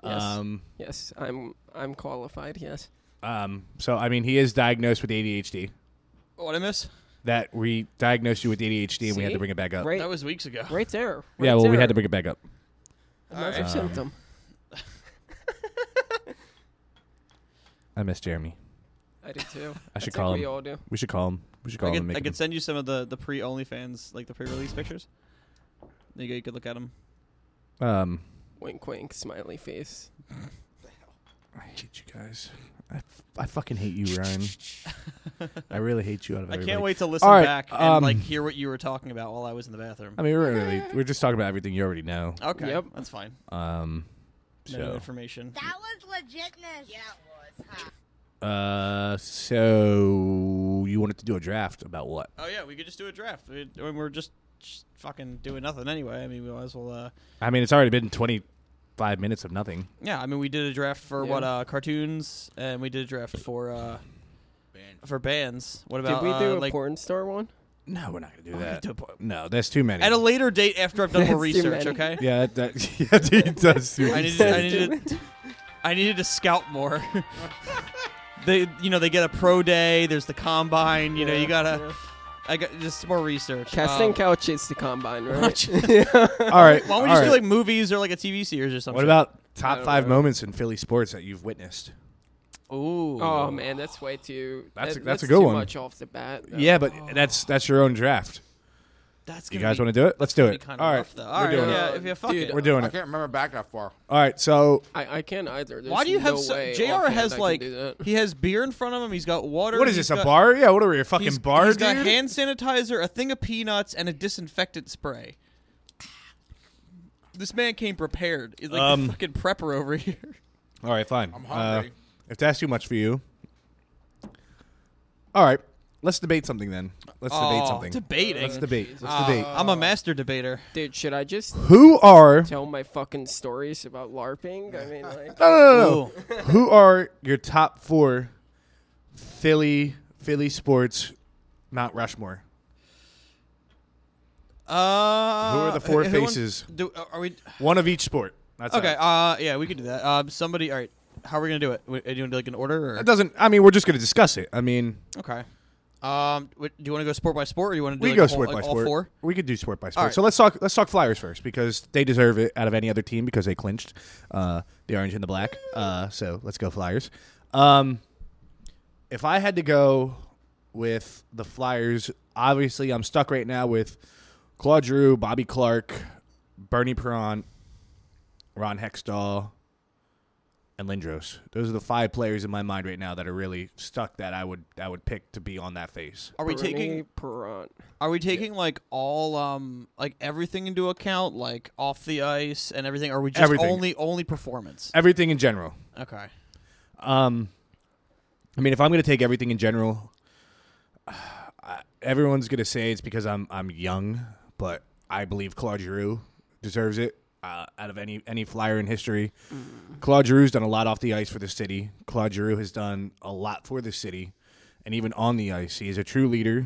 Speaker 8: Yes.
Speaker 3: Um,
Speaker 8: Yes, I'm I'm qualified, yes.
Speaker 3: um, so, I mean, he is diagnosed with ADHD.
Speaker 4: What I miss?
Speaker 3: That we diagnosed you with ADHD and we had
Speaker 8: See?
Speaker 3: to bring it back up.
Speaker 8: Right
Speaker 4: That was weeks ago.
Speaker 8: right there.
Speaker 3: *laughs* yeah,
Speaker 8: right
Speaker 3: well, we
Speaker 8: there.
Speaker 3: had to bring it back up.
Speaker 8: another
Speaker 4: Um,
Speaker 8: symptom.
Speaker 3: I miss Jeremy.
Speaker 8: I do too. *laughs*
Speaker 3: I should
Speaker 8: think
Speaker 3: call
Speaker 8: we
Speaker 3: him.
Speaker 8: all do.
Speaker 3: We should call him. We should call
Speaker 4: I
Speaker 3: him. and
Speaker 4: could,
Speaker 3: make
Speaker 4: I
Speaker 3: him-
Speaker 4: could send you some of the the pre OnlyFans like the pre release pictures. There you go. You could look at them.
Speaker 3: um,
Speaker 8: Wink wink smiley face.
Speaker 3: I hate you guys. I, I fucking hate you,
Speaker 4: *laughs*
Speaker 3: Ryan. I really hate you out of
Speaker 4: I
Speaker 3: everybody.
Speaker 4: can't wait to listen
Speaker 3: All right,
Speaker 4: back and
Speaker 3: um,
Speaker 4: like hear what you were talking about while I was in the bathroom.
Speaker 3: I mean, we're really, we're just talking about everything you already know.
Speaker 4: Okay,
Speaker 8: Yep.
Speaker 4: that's fine.
Speaker 3: Um,
Speaker 4: No
Speaker 3: so.
Speaker 4: information.
Speaker 10: was legitness. Yeah, it was.
Speaker 3: Uh, so you wanted to do a draft about what?
Speaker 4: Oh yeah, we could just do a draft. We, I mean, we're just, just fucking doing nothing anyway. I mean, we might as well. Uh,
Speaker 3: I mean, it's already been 25 minutes of nothing.
Speaker 4: yeah, I mean, we did a draft for
Speaker 8: Yeah.
Speaker 4: what uh, cartoons, and we did a draft for uh, for bands. What
Speaker 8: Did
Speaker 4: about
Speaker 8: we do
Speaker 4: uh,
Speaker 8: a
Speaker 4: like
Speaker 8: porn star one?
Speaker 3: No, we're not going to do
Speaker 4: do
Speaker 3: that.
Speaker 4: po-
Speaker 3: No, that's too many.
Speaker 4: at a later date after I've done more
Speaker 8: That's *laughs* too
Speaker 4: research?
Speaker 8: many.
Speaker 4: Okay.
Speaker 3: *laughs* yeah, that, *laughs* that, yeah, dude, that's too
Speaker 4: I
Speaker 3: many.
Speaker 4: needed, *laughs* I needed,
Speaker 8: *laughs*
Speaker 4: I needed to scout more. *laughs* they, you know, they get a pro day. There's the combine. You know, you gotta. I got just more research.
Speaker 8: Casting
Speaker 4: Um,
Speaker 8: couch is the combine, *laughs* right?
Speaker 4: *laughs*
Speaker 3: all right.
Speaker 4: Why don't we
Speaker 3: all
Speaker 4: just do
Speaker 3: right.
Speaker 4: like movies or like a TV series or something?
Speaker 3: What about top five moments in Philly sports that you've witnessed?
Speaker 4: Ooh.
Speaker 8: oh man, that's way too.
Speaker 3: That's a-
Speaker 8: that-
Speaker 3: that's a good
Speaker 8: too
Speaker 3: one.
Speaker 8: Much off the bat. though.
Speaker 3: Yeah, but that's that's your own draft.
Speaker 4: That's
Speaker 3: You
Speaker 4: gonna
Speaker 3: guys
Speaker 4: be-
Speaker 3: want to do it? Let's do
Speaker 4: be
Speaker 3: it.
Speaker 4: kind of
Speaker 3: All right,
Speaker 4: rough, though. All
Speaker 3: we're
Speaker 4: right,
Speaker 3: doing
Speaker 4: yeah,
Speaker 3: it.
Speaker 4: if you fuck
Speaker 8: Dude,
Speaker 4: it.
Speaker 3: We're doing
Speaker 1: I
Speaker 3: it.
Speaker 1: can't remember back that far.
Speaker 3: All right, so
Speaker 8: I, I can't either. There's
Speaker 4: Why do you have
Speaker 8: no
Speaker 4: so,
Speaker 8: way
Speaker 4: JR
Speaker 8: offhand
Speaker 4: has
Speaker 8: I can
Speaker 4: like
Speaker 8: do that.
Speaker 4: he has beer in front of him. He's got water.
Speaker 3: what is
Speaker 4: he's
Speaker 3: this? A
Speaker 4: got-
Speaker 3: bar? Yeah, what are we? A fucking
Speaker 4: He's,
Speaker 3: bar,
Speaker 4: he's
Speaker 3: dude?
Speaker 4: got hand sanitizer, a thing of peanuts, and a disinfectant spray. This man came prepared. He's like
Speaker 3: Um,
Speaker 4: the fucking prepper over *laughs* here.
Speaker 3: All right, fine. I'm
Speaker 1: hungry.
Speaker 3: if that's too much for you, all right. Let's debate something then. Let's debate
Speaker 4: Oh,
Speaker 3: something.
Speaker 4: Debating.
Speaker 3: Let's debate. Let's
Speaker 4: Ah,
Speaker 3: debate.
Speaker 4: I'm a master *laughs* debater.
Speaker 8: Dude, should I just
Speaker 3: Who are
Speaker 8: tell my fucking stories about LARPing?
Speaker 4: *laughs*
Speaker 8: I mean, like,
Speaker 3: no no no, no. Who are your top four Philly Philly sports Mount Rushmore?
Speaker 4: Uh,
Speaker 3: Who are the four
Speaker 4: who
Speaker 3: faces?
Speaker 4: wants- Do, uh, are we
Speaker 3: One of each sport. That's
Speaker 4: okay?
Speaker 3: It.
Speaker 4: Uh, yeah, we could do that. Um, somebody. All right. How are we gonna do it? Are you gonna do like an order? Or?
Speaker 3: That doesn't. I mean, we're just going to discuss it. I mean,
Speaker 4: Okay. Um, wh- do you want to go sport by sport, or you want to do
Speaker 3: we
Speaker 4: like
Speaker 3: go
Speaker 4: all-
Speaker 3: sport
Speaker 4: like
Speaker 3: by
Speaker 4: all
Speaker 3: sport.
Speaker 4: four?
Speaker 3: We could do sport by sport.
Speaker 4: All right.
Speaker 3: So let's talk. Let's talk Flyers first because they deserve it out of any other team because they clinched uh, the orange and the black. Uh, so let's go Flyers. Um, if I had to go with the Flyers, obviously I'm stuck right now with Claude Drew, Bobby Clark, Bernie Perron, Ron Hextall, and Lindros. Those are the five players in my mind right now that are really stuck that I would I would pick to be on that face.
Speaker 4: Are we
Speaker 8: Bernie
Speaker 4: taking?
Speaker 8: Perrant.
Speaker 4: Are we taking like all um like everything into account, like off the ice and everything? Or are we just
Speaker 3: Everything.
Speaker 4: only only performance?
Speaker 3: Everything in general.
Speaker 4: Okay.
Speaker 3: Um, I mean, if I'm going to take everything in general, *sighs* I- everyone's going to say it's because I'm I'm young, but I believe Claude Giroux deserves it. uh, out of any any flyer in history. Claude Giroux's done a lot off the ice for the city. Claude Giroux has done a lot for the city, and even on the ice, he is a true leader.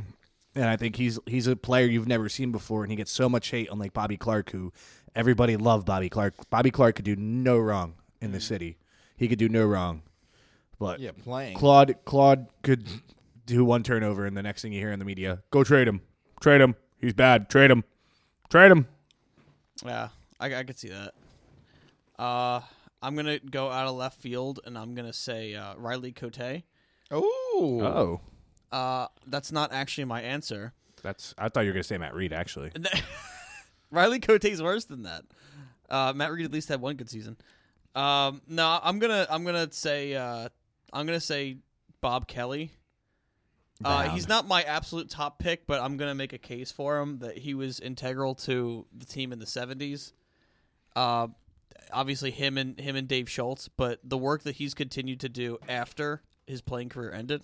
Speaker 3: And I think he's he's a player you've never seen before, and he gets so much hate, unlike Bobby Clark, who everybody loved. Bobby Clark. Bobby Clark could do no wrong in the city. He could do no wrong. But
Speaker 1: Yeah, playing.
Speaker 3: Claude Claude could do one turnover, and the next thing you hear in the media, go trade him, trade him. He's bad. Trade him, trade him.
Speaker 4: Yeah, I, I could see that. Uh, I'm gonna go out of left field, and I'm gonna say uh, Riley Cote.
Speaker 1: Oh,
Speaker 3: Oh,
Speaker 4: Uh, that's not actually my answer.
Speaker 3: that's. I thought you were gonna say Matt Reed. Actually,
Speaker 4: Riley Cote's worse than that. Uh, Matt Reed at least had one good season. Um, no, I'm gonna I'm gonna say uh, I'm gonna say Bob Kelly. Uh,
Speaker 3: Brown.
Speaker 4: he's not my absolute top pick, but I'm gonna make a case for him that he was integral to the team in the '70s. Uh, obviously him and him and Dave Schultz, but the work that he's continued to do after his playing career ended,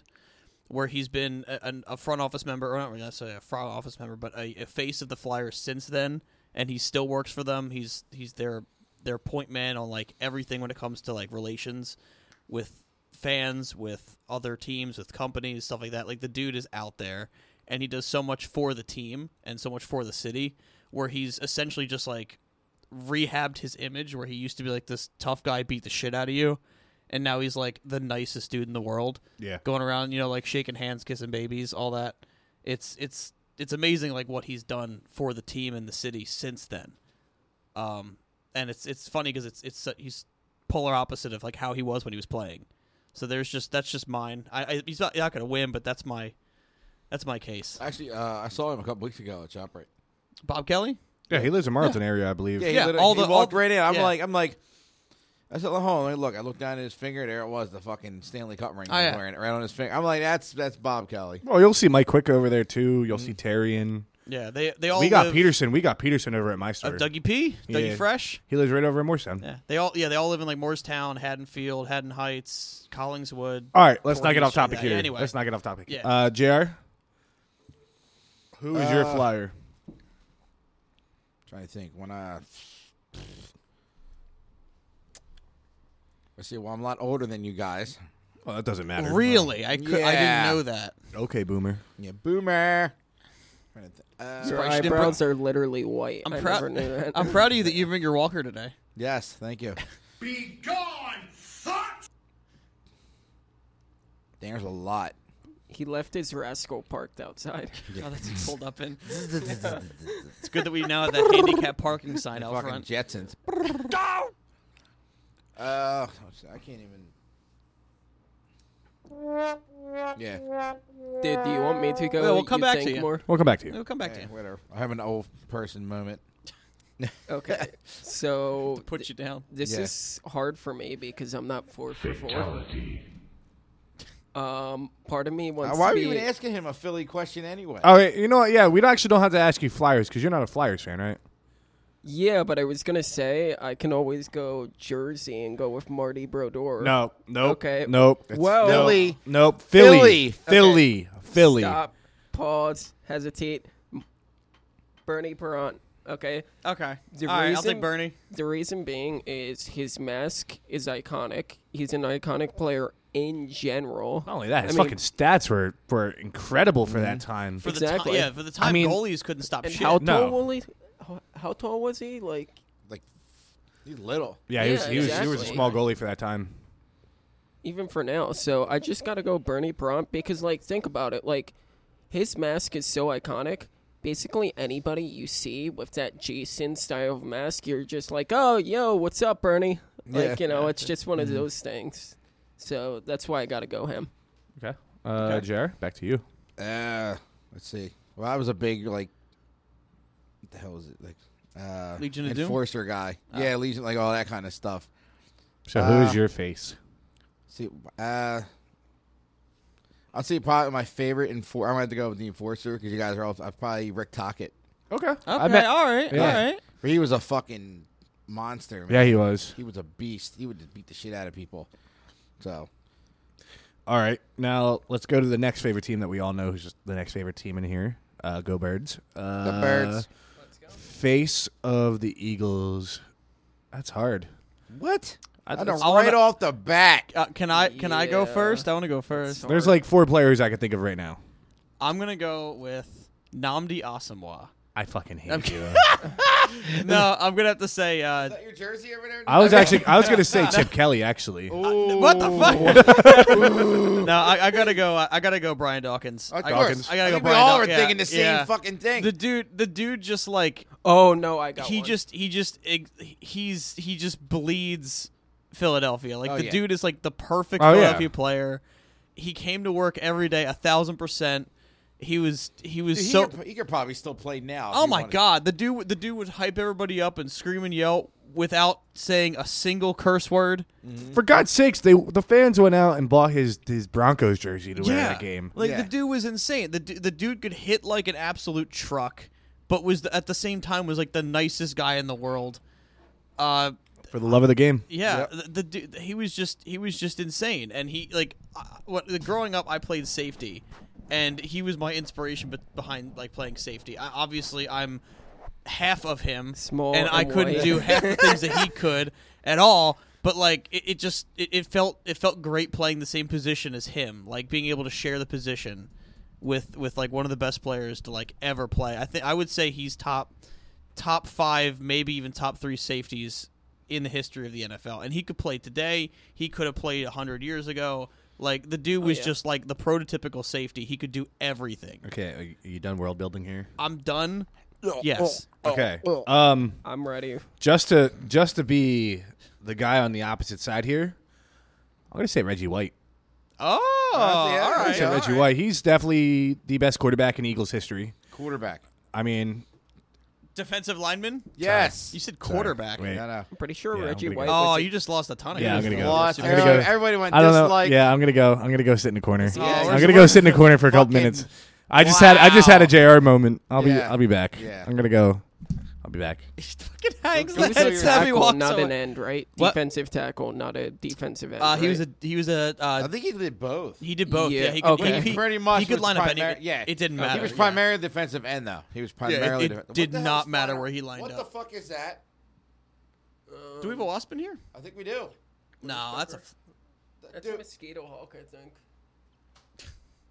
Speaker 4: where he's been a, an- a front office member, or not really necessarily a front office member, but a, a face of the Flyers since then, and he still works for them. He's he's their their point man on like everything when it comes to like relations with fans, with other teams, with companies, stuff like that. Like the dude is out there, and he does so much for the team and so much for the city. Where he's essentially just like rehabbed his image where he used to be like this tough guy beat the shit out of you and now he's like the nicest dude in the world
Speaker 3: Yeah.
Speaker 4: going around you know like shaking hands kissing babies all that it's it's it's amazing like what he's done for the team and the city since then um and it's it's funny because it's it's he's polar opposite of like how he was when he was playing so there's just that's just mine i, I he's not, not gonna win but that's my that's my case
Speaker 1: Actually, uh, I saw him a couple weeks ago at ShopRite.
Speaker 4: bob kelly
Speaker 3: yeah, he lives in Marlton area, I believe.
Speaker 1: Yeah, he
Speaker 4: Yeah,
Speaker 1: literally-
Speaker 4: all
Speaker 1: he
Speaker 4: the-
Speaker 1: walked
Speaker 4: all-
Speaker 1: right in. I'm
Speaker 4: yeah.
Speaker 1: like, I'm like, I said, hold on, let me look. I looked down at his finger. There it was, the fucking Stanley Cup ring he
Speaker 4: Oh,
Speaker 1: was
Speaker 4: yeah.
Speaker 1: wearing it right on his finger. I'm like, that's that's Bob Kelly.
Speaker 3: Well, Oh, you'll see Mike Quick over there too. You'll see Terry and
Speaker 4: yeah they they all
Speaker 3: we got
Speaker 4: live-
Speaker 3: Peterson. We got Peterson over at my
Speaker 4: uh,
Speaker 3: store.
Speaker 4: dougie p dougie
Speaker 3: Yeah.
Speaker 4: fresh
Speaker 3: he lives right over in Morristown.
Speaker 4: Yeah, they all yeah they all live in like Moorestown, Haddonfield, Haddon Heights, Collingswood.
Speaker 3: All right, let's not
Speaker 4: Gordon
Speaker 3: get off
Speaker 4: Street,
Speaker 3: topic
Speaker 4: yeah,
Speaker 3: here.
Speaker 4: Anyway,
Speaker 3: Let's not get off topic.
Speaker 4: Yeah.
Speaker 3: Uh, Jr. Who is your flyer?
Speaker 1: trying to think when I. I see. Well, I'm a lot older than you guys.
Speaker 3: Well, that doesn't matter.
Speaker 4: really, I could I didn't
Speaker 1: Yeah.
Speaker 4: know that.
Speaker 3: Okay, boomer.
Speaker 1: Yeah, boomer. Trying to thi- Uh,
Speaker 8: Your
Speaker 4: Probably should put-
Speaker 8: eyebrows are literally white. i
Speaker 4: I'm
Speaker 8: never
Speaker 4: proud.
Speaker 8: knew that.
Speaker 4: I'm proud of you that you bring your walker today.
Speaker 1: yes, thank you.
Speaker 6: Be gone, slut!
Speaker 1: There's a lot.
Speaker 8: he left his rascal parked *laughs* outside.
Speaker 4: Oh, that's pulled up in. *laughs* it's good that we now have that handicap parking sign out
Speaker 1: Fucking *laughs*
Speaker 4: front.
Speaker 1: Jetsons. Uh, I can't even. Yeah,
Speaker 8: Did do you want me to go?
Speaker 4: Yeah, we'll come back to
Speaker 8: think
Speaker 4: you.
Speaker 8: More?
Speaker 3: We'll come back to you.
Speaker 4: We'll come back to
Speaker 1: yeah,
Speaker 4: you.
Speaker 1: whatever. I have an old person moment.
Speaker 8: Okay. *laughs* So
Speaker 4: Put you down.
Speaker 8: this
Speaker 1: Yeah.
Speaker 8: is hard for me because I'm not four for four. Um, part of me
Speaker 1: Uh,
Speaker 8: wants.
Speaker 1: why
Speaker 8: to
Speaker 1: were
Speaker 8: be,
Speaker 1: you even asking him a Philly question anyway?
Speaker 3: All right, you know what? Yeah, we don't- actually don't have to ask you Flyers because you're not a Flyers fan, right?
Speaker 8: Yeah, but I was gonna say I can always go Jersey and go with Marty Brodeur.
Speaker 3: No, nope.
Speaker 8: Okay.
Speaker 3: Nope.
Speaker 8: Whoa.
Speaker 3: Nope.
Speaker 1: Philly.
Speaker 3: Nope. Philly.
Speaker 1: Philly.
Speaker 3: Philly. Philly.
Speaker 8: Stop. Pause. Hesitate. Bernie Perrant. Okay.
Speaker 4: Okay.
Speaker 8: The
Speaker 4: all right, I'll
Speaker 8: reason-
Speaker 4: take Bernie.
Speaker 8: The reason being is his mask is iconic. He's an iconic player in general.
Speaker 3: Not only that, his
Speaker 8: I mean-
Speaker 3: fucking stats were were incredible for that time.
Speaker 4: For
Speaker 8: Exactly.
Speaker 4: the time, yeah, for the time
Speaker 3: mean-
Speaker 4: goalies couldn't stop
Speaker 8: And
Speaker 4: shit.
Speaker 8: how
Speaker 3: No.
Speaker 8: tall was he? How, how tall was he? Like
Speaker 1: Like he's little.
Speaker 3: yeah, he was
Speaker 8: Yeah,
Speaker 3: he was he was a
Speaker 8: exactly.
Speaker 3: small goalie for that time.
Speaker 8: even for now. So I just gotta go Bernie Brom because like think about it. Like his mask is so iconic. Basically anybody you see with that Jason style of mask, you're just like, oh yo, what's up, Bernie? Like
Speaker 1: Yeah.
Speaker 8: you know, it's just one of
Speaker 4: Mm-hmm.
Speaker 8: those things. So that's why I gotta go him.
Speaker 3: Okay. Uh, Jer, back to you.
Speaker 1: Uh, let's see. Well, I was a big like, what the hell was it like? Uh,
Speaker 4: Legion of Doom? Ah.
Speaker 1: enforcer guy. Yeah, Legion, like all that kind of stuff.
Speaker 3: So
Speaker 1: Uh,
Speaker 3: who's your face?
Speaker 1: See, uh, I'll see. Probably my favorite enfor. I'm gonna have to go with the enforcer because you guys are all. I probably Rick Tockett.
Speaker 3: Okay. Okay.
Speaker 4: Okay. all right. All right.
Speaker 1: But he was a fucking monster. Man.
Speaker 3: Yeah, he was.
Speaker 1: He was a beast. He would just beat the shit out of people. So
Speaker 3: All right. Now let's go to the next favorite team that we all know who's just the next favorite team in here. Uh, go Birds. Uh,
Speaker 1: the birds.
Speaker 3: Face of the Eagles, That's hard.
Speaker 1: What?
Speaker 3: I-
Speaker 1: I know,
Speaker 3: it's-
Speaker 1: right off the bat.
Speaker 4: Uh, can I can I go
Speaker 8: Yeah.
Speaker 4: first? I want to go first.
Speaker 3: There's like four players I can think of right now.
Speaker 4: I'm gonna go with Namdi Asamoah.
Speaker 3: I fucking hate
Speaker 4: I'm
Speaker 3: you.
Speaker 1: *laughs*
Speaker 4: no, I'm gonna have to say. Uh,
Speaker 1: Is that your jersey over there?
Speaker 3: I was actually I
Speaker 1: *laughs*
Speaker 3: was gonna say Chip Kelly actually.
Speaker 4: what the fuck? *laughs* no, I, I gotta go. uh, I, I gotta go. Brian Dawkins.
Speaker 1: Of
Speaker 4: I,
Speaker 1: course.
Speaker 4: I gotta
Speaker 1: I
Speaker 4: go.
Speaker 1: think we
Speaker 4: Brian
Speaker 1: all
Speaker 4: Daw-
Speaker 1: are
Speaker 4: yeah,
Speaker 1: thinking the same
Speaker 4: yeah.
Speaker 1: fucking thing.
Speaker 4: The dude. The dude just like
Speaker 8: Oh no, I got
Speaker 4: he
Speaker 8: one.
Speaker 4: just he just he's he just bleeds Philadelphia. Like
Speaker 1: Oh,
Speaker 4: the
Speaker 1: yeah.
Speaker 4: dude is like the perfect
Speaker 3: Oh, yeah.
Speaker 4: Philadelphia player. He came to work every day, a thousand percent. He was he was
Speaker 1: Dude, he,
Speaker 4: so.
Speaker 1: could, he could probably still play now. if
Speaker 4: oh
Speaker 1: he
Speaker 4: my
Speaker 1: wanted.
Speaker 4: god, the dude the dude would hype everybody up and scream and yell without saying a single curse word.
Speaker 3: For God's sakes, they the fans went out and bought his his Broncos jersey to wear that game.
Speaker 4: Like
Speaker 1: Yeah.
Speaker 4: the dude was insane. The du- the dude could hit like an absolute truck, but was the, at the same time was like the nicest guy in the world. Uh,
Speaker 3: For the love of the game.
Speaker 4: Yeah, the, the dude, he was just he was just insane, and he like uh, what the- growing up I played safety, and he was my inspiration be- behind like playing safety. I, obviously, I'm half of him,
Speaker 8: Small
Speaker 4: and I
Speaker 8: and
Speaker 4: couldn't
Speaker 8: white. *laughs*
Speaker 4: do half the things that he could at all. But like it, it just it, it felt it felt great playing the same position as him, like being able to share the position with with like one of the best players to like ever play. I think I would say he's top top five, maybe even top three safeties in the history of the NFL. And he could play today. He could have played hundred years ago. Like the
Speaker 1: Oh,
Speaker 4: dude was
Speaker 8: yeah.
Speaker 4: just like the prototypical safety. He could do everything.
Speaker 3: Okay, are you- are you done world building here?
Speaker 4: I'm done.
Speaker 1: Oh.
Speaker 4: Yes.
Speaker 3: Okay. Um
Speaker 8: I'm ready.
Speaker 3: just to just to be the guy on the opposite side here, I'm gonna say Reggie White.
Speaker 4: Oh,
Speaker 1: yeah, that's
Speaker 4: all right.
Speaker 3: Say
Speaker 1: all
Speaker 3: Reggie
Speaker 1: right.
Speaker 3: White. He's definitely the best quarterback in Eagles history.
Speaker 1: Quarterback.
Speaker 3: I mean,
Speaker 4: Defensive lineman.
Speaker 1: Yes.
Speaker 4: You said quarterback.
Speaker 3: Wait.
Speaker 1: I know.
Speaker 8: I'm pretty sure
Speaker 3: Yeah, I'm
Speaker 8: Reggie
Speaker 3: gonna go.
Speaker 8: White.
Speaker 4: Oh,
Speaker 8: was a-
Speaker 4: you just lost a ton of
Speaker 3: Yeah, I'm
Speaker 4: guys.
Speaker 3: gonna go.
Speaker 1: Lost.
Speaker 3: I'm gonna go.
Speaker 1: Everybody, everybody went
Speaker 3: I don't know.
Speaker 1: dislike.
Speaker 3: Yeah, I'm gonna go. I'm gonna go sit in the corner.
Speaker 1: Yeah,
Speaker 3: I'm
Speaker 1: where's-
Speaker 3: gonna go sit in the corner for a couple
Speaker 1: fucking-
Speaker 3: minutes. I just had I just had a JR moment. I'll be
Speaker 1: Yeah.
Speaker 3: I'll be back.
Speaker 1: Yeah.
Speaker 3: I'm gonna go. I'll be back.
Speaker 4: *laughs* fucking hangs
Speaker 8: *laughs* He was
Speaker 4: like
Speaker 8: a
Speaker 4: that Sammy
Speaker 8: tackle,
Speaker 4: walks
Speaker 8: not
Speaker 4: away.
Speaker 8: an end, right?
Speaker 4: What?
Speaker 8: Defensive tackle, not a defensive end.
Speaker 4: Uh, he was
Speaker 8: right?
Speaker 4: a he was a
Speaker 1: I
Speaker 4: uh,
Speaker 1: think he did both.
Speaker 4: he did both. Yeah,
Speaker 8: Yeah,
Speaker 4: he could,
Speaker 8: okay.
Speaker 4: he, he-
Speaker 1: pretty much.
Speaker 4: he could
Speaker 1: was
Speaker 4: line up
Speaker 1: primar-
Speaker 4: any.
Speaker 1: Yeah,
Speaker 4: it didn't
Speaker 1: No,
Speaker 4: matter.
Speaker 1: He was
Speaker 4: yeah.
Speaker 1: primarily defensive end, though. He was primarily.
Speaker 4: it
Speaker 1: defen- What
Speaker 4: did
Speaker 1: the hell
Speaker 4: not
Speaker 1: is
Speaker 4: matter
Speaker 1: that?
Speaker 4: where he lined
Speaker 1: What
Speaker 4: up.
Speaker 1: the fuck is that?
Speaker 4: Do we have a wasp in here?
Speaker 1: I think we do.
Speaker 4: No, that's a. f-
Speaker 8: That's a mosquito hawk, I think.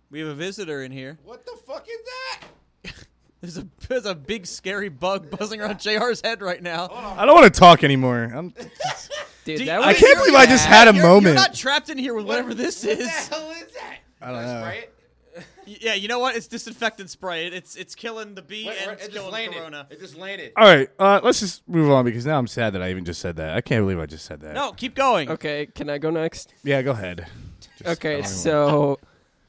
Speaker 4: We have a visitor in here.
Speaker 1: What the fuck is that?
Speaker 4: There's a there's a big scary bug buzzing around Jr's head right now.
Speaker 3: I don't want to talk anymore. I'm,
Speaker 8: Dude,
Speaker 4: Do you-
Speaker 8: that
Speaker 3: I
Speaker 8: was
Speaker 3: can't believe I just had a
Speaker 4: you're, You're
Speaker 3: moment.
Speaker 4: not trapped in here with whatever this
Speaker 1: What the
Speaker 4: is.
Speaker 1: hell is that?
Speaker 3: I don't
Speaker 1: Can
Speaker 3: know.
Speaker 1: spray it?
Speaker 4: Y- Yeah, you know what? It's disinfectant spray. It, it's it's killing the bee
Speaker 1: Wait,
Speaker 4: and
Speaker 1: wait,
Speaker 4: it's
Speaker 1: it just
Speaker 4: killing
Speaker 1: landed.
Speaker 4: corona.
Speaker 1: It just landed.
Speaker 3: All right, uh, let's just move on because now I'm sad that I even just said that. I can't believe I just said that.
Speaker 4: No, keep going.
Speaker 8: Okay, can I go next?
Speaker 3: Yeah, go ahead. Just- I
Speaker 8: Okay,
Speaker 3: don't even-
Speaker 8: so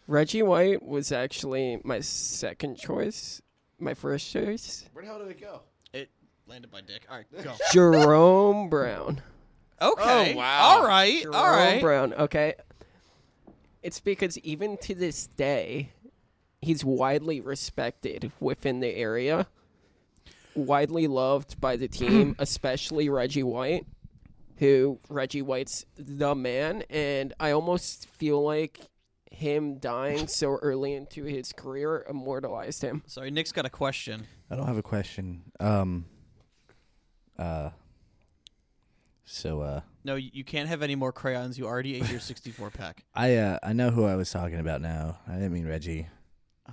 Speaker 8: Reggie White was actually my second choice. My first choice,
Speaker 1: Where the hell did it go?
Speaker 4: It landed by dick. All right, go.
Speaker 8: Jerome Brown.
Speaker 1: *laughs*
Speaker 4: Okay.
Speaker 1: Oh, wow.
Speaker 4: All right.
Speaker 8: Jerome
Speaker 4: all right.
Speaker 8: Brown. Okay. It's because even to this day, he's widely respected within the area, widely loved by the team, especially Reggie White, who Reggie White's the man. And I almost feel like him dying so early into his career immortalized him.
Speaker 4: Sorry, Nick's got a question.
Speaker 3: I don't have a question. Um. Uh. So uh,
Speaker 4: No, you you can't have any more crayons. You already ate your 64 pack.
Speaker 1: *laughs*
Speaker 3: I uh, I know who I was talking about now. I didn't mean Reggie.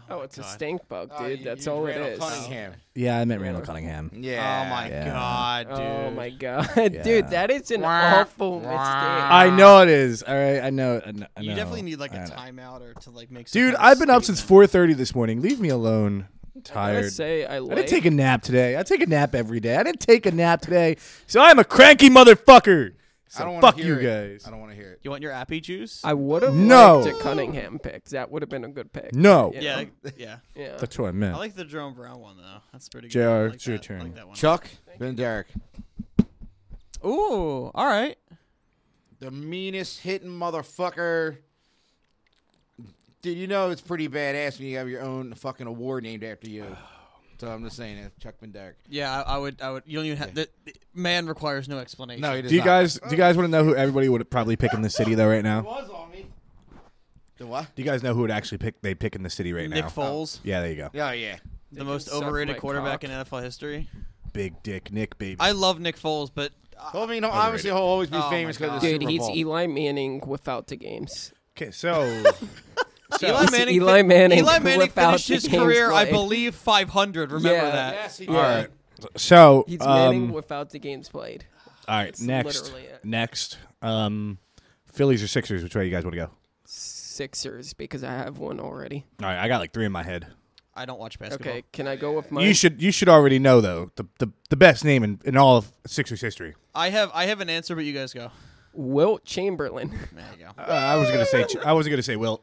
Speaker 8: Oh, it's a stink bug, dude.
Speaker 1: Oh, you-
Speaker 8: That's
Speaker 1: you
Speaker 8: all it
Speaker 1: Randall
Speaker 8: is. Oh.
Speaker 1: Cunningham.
Speaker 3: Yeah, I meant Randall Cunningham.
Speaker 1: Yeah.
Speaker 4: oh my
Speaker 3: Yeah.
Speaker 4: god, dude.
Speaker 8: Oh my god, *laughs*
Speaker 3: Yeah.
Speaker 8: dude, that is an awful mistake.
Speaker 3: I know it is. All right, I know. I kn- I
Speaker 4: You
Speaker 3: know.
Speaker 4: definitely need like a
Speaker 3: I know.
Speaker 4: timeout or to like make. some
Speaker 3: Dude,
Speaker 4: kind of
Speaker 3: I've been up since
Speaker 4: statement.
Speaker 3: four thirty this morning. Leave me alone. I'm
Speaker 8: I
Speaker 3: tired.
Speaker 8: gotta say, I,
Speaker 3: I
Speaker 8: like,
Speaker 3: didn't take a nap today. I take a nap every day. I didn't take a nap today, so I'm a cranky motherfucker. So
Speaker 1: I don't wanna
Speaker 3: fuck
Speaker 1: hear
Speaker 3: you
Speaker 1: it.
Speaker 3: guys.
Speaker 1: I don't want to hear it.
Speaker 4: You want your appy juice?
Speaker 8: I would have
Speaker 3: No.
Speaker 8: liked a Cunningham pick. That would have been a good pick.
Speaker 3: No.
Speaker 8: You
Speaker 4: yeah,
Speaker 8: know?
Speaker 4: *laughs* yeah.
Speaker 8: yeah.
Speaker 3: That's what I meant.
Speaker 4: I like the Jerome Brown one though. That's pretty good.
Speaker 3: JR,
Speaker 4: I like
Speaker 3: it's your
Speaker 4: that. I
Speaker 3: turn.
Speaker 4: like that one.
Speaker 1: Chuck, then Derek.
Speaker 4: Ooh, all right.
Speaker 1: The meanest hitting motherfucker. Dude, you know it's pretty badass when you have your own fucking award named after you. So I'm just saying, it. Chuck Van Derek.
Speaker 4: Yeah, I, I would. I would. You don't even have. The, the- man requires no explanation.
Speaker 1: No, he does
Speaker 3: do you
Speaker 1: not.
Speaker 3: guys? Do you guys want to know who everybody would probably pick in the city though right now?
Speaker 1: was on me. The what?
Speaker 3: Do you guys know who would actually pick? They pick in the city right
Speaker 4: Nick
Speaker 3: now.
Speaker 4: Foles,
Speaker 3: Yeah, there you go.
Speaker 1: Oh yeah.
Speaker 4: the most
Speaker 8: suck
Speaker 4: overrated
Speaker 8: my
Speaker 4: quarterback
Speaker 8: cock.
Speaker 4: in NFL history.
Speaker 3: Big dick Nick baby.
Speaker 4: I love Nick Foles, but
Speaker 1: Well, I mean, he'll obviously, he'll always be
Speaker 4: Oh my
Speaker 1: famous because of the
Speaker 8: Dude,
Speaker 1: Super
Speaker 8: he's
Speaker 1: Bowl.
Speaker 8: Eli Manning without the games.
Speaker 3: Okay, so
Speaker 4: Eli
Speaker 8: It's
Speaker 4: Manning,
Speaker 8: Eli
Speaker 4: fi-
Speaker 8: Manning
Speaker 4: Eli Manning
Speaker 8: without
Speaker 4: finished
Speaker 8: the
Speaker 4: his
Speaker 8: games
Speaker 4: career, I
Speaker 8: played.
Speaker 4: believe, 500. Remember
Speaker 8: Yeah.
Speaker 4: that?
Speaker 1: Yes, he
Speaker 3: all right.
Speaker 1: did.
Speaker 3: So
Speaker 8: He's
Speaker 3: um,
Speaker 8: Manning without the games played.
Speaker 3: all right, next,
Speaker 8: literally it.
Speaker 3: next, um, Phillies or Sixers? Which way you guys want to go?
Speaker 8: Sixers because I have one already.
Speaker 3: All right, I got like three in my head.
Speaker 4: I don't watch basketball.
Speaker 8: Okay, can I go with mine?
Speaker 3: You should you should already know though the the, the best name in, in all of Sixers history.
Speaker 4: I have I have an answer, but you guys go.
Speaker 8: Wilt Chamberlain.
Speaker 4: There you go.
Speaker 3: Uh, I was gonna say I was gonna say Wilt.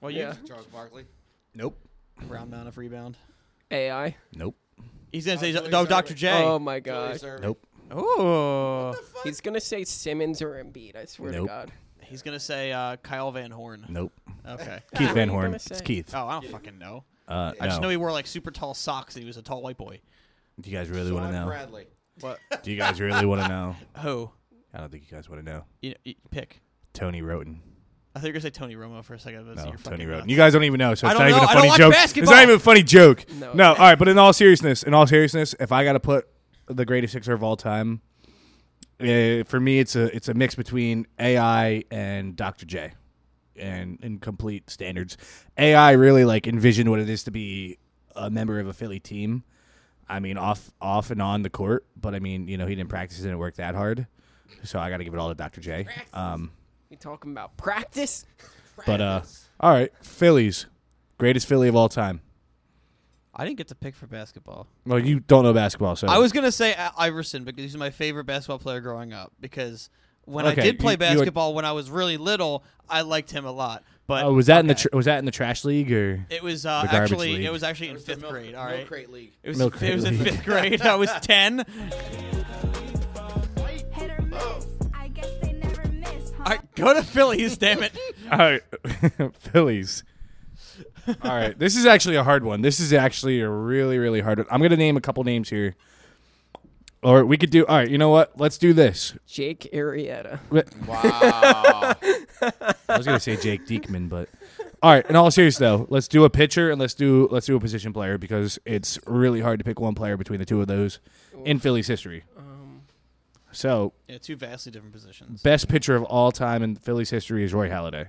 Speaker 4: Well, you
Speaker 8: yeah.
Speaker 1: Charles Barkley.
Speaker 3: Nope.
Speaker 4: round amount of rebound.
Speaker 8: AI.
Speaker 3: Nope.
Speaker 4: He's gonna say no, Dr. J.
Speaker 8: Oh my god.
Speaker 3: Nope.
Speaker 4: Ooh.
Speaker 8: He's gonna say Simmons or Embiid. I swear
Speaker 3: Nope.
Speaker 8: to God.
Speaker 4: He's gonna say uh, Kyle Van Horn.
Speaker 3: Nope.
Speaker 4: Okay.
Speaker 3: Keith Van
Speaker 8: you
Speaker 3: Horn.
Speaker 8: gonna
Speaker 3: It's
Speaker 8: say?
Speaker 3: Keith.
Speaker 4: Oh, I don't fucking know.
Speaker 3: Uh,
Speaker 4: I just
Speaker 3: no.
Speaker 4: know he wore like super tall socks. and He was a tall white boy.
Speaker 3: Do you guys really want to know?
Speaker 1: Bradley.
Speaker 4: What?
Speaker 3: Do you guys really want to know?
Speaker 4: *laughs* Who?
Speaker 3: I don't think you guys want to know.
Speaker 4: You, you pick.
Speaker 3: Tony Roten.
Speaker 4: I thought you were gonna say Tony Romo for a second. But
Speaker 3: No,
Speaker 4: you're
Speaker 3: Tony
Speaker 4: fucking
Speaker 3: Roten.
Speaker 4: nuts.
Speaker 3: You guys don't even know, so
Speaker 4: I
Speaker 3: it's not
Speaker 4: don't
Speaker 3: even
Speaker 4: know.
Speaker 3: a
Speaker 4: I
Speaker 3: funny
Speaker 4: don't watch
Speaker 3: joke. It's
Speaker 4: basketball.
Speaker 3: not even a funny joke.
Speaker 8: No.
Speaker 3: all right, but in all seriousness, in all seriousness, if I got to put the greatest sixer of all time, eh, for me, it's a it's a mix between AI and Dr. J, and in complete standards, AI really like envisioned what it is to be a member of a Philly team. I mean, off off and on the court, but I mean, you know, he didn't practice, he didn't work that hard, so I got to give it all to Dr. J. Um,
Speaker 8: We talking about practice?
Speaker 3: but uh, all right, Phillies, greatest Philly of all time.
Speaker 4: I didn't get to pick for basketball.
Speaker 3: Well, you don't know basketball, so
Speaker 4: I was gonna say I- Iverson because he's my favorite basketball player growing up. Because when
Speaker 3: Okay,
Speaker 4: I did play
Speaker 3: you- you were-
Speaker 4: basketball when I was really little, I liked him a lot. But
Speaker 3: Oh, was that in the
Speaker 4: okay.
Speaker 3: tr- was that in the trash league or?
Speaker 4: It was uh,
Speaker 3: The garbage
Speaker 4: actually
Speaker 3: league.
Speaker 4: it was actually in
Speaker 1: The
Speaker 4: fifth
Speaker 1: milk-
Speaker 4: grade. All
Speaker 1: milk
Speaker 4: right,
Speaker 1: crate league.
Speaker 4: it was
Speaker 3: Milk crate
Speaker 4: it was in
Speaker 3: league.
Speaker 4: fifth
Speaker 3: *laughs*
Speaker 4: grade. I was ten.
Speaker 11: Hit or
Speaker 5: Oh.
Speaker 11: miss. I guess they never miss, huh?
Speaker 4: All right, go to Phillies, damn it.
Speaker 3: All right, *laughs* Phillies. All right, this is actually a hard one. This is actually a really really hard one. I'm gonna name a couple names here, or we could do. All right, you know what? Let's do this.
Speaker 8: Jake Arrieta.
Speaker 1: Wow.
Speaker 3: *laughs* I was gonna say Jake Diekman, but all right. In all serious though, let's do a pitcher and let's do let's do a position player because it's really hard to pick one player between the two of those in Phillies history.
Speaker 1: Um,
Speaker 3: So,
Speaker 4: *laughs* Yeah, two vastly different positions.
Speaker 3: best pitcher of all time in Phillies history is Roy Halladay.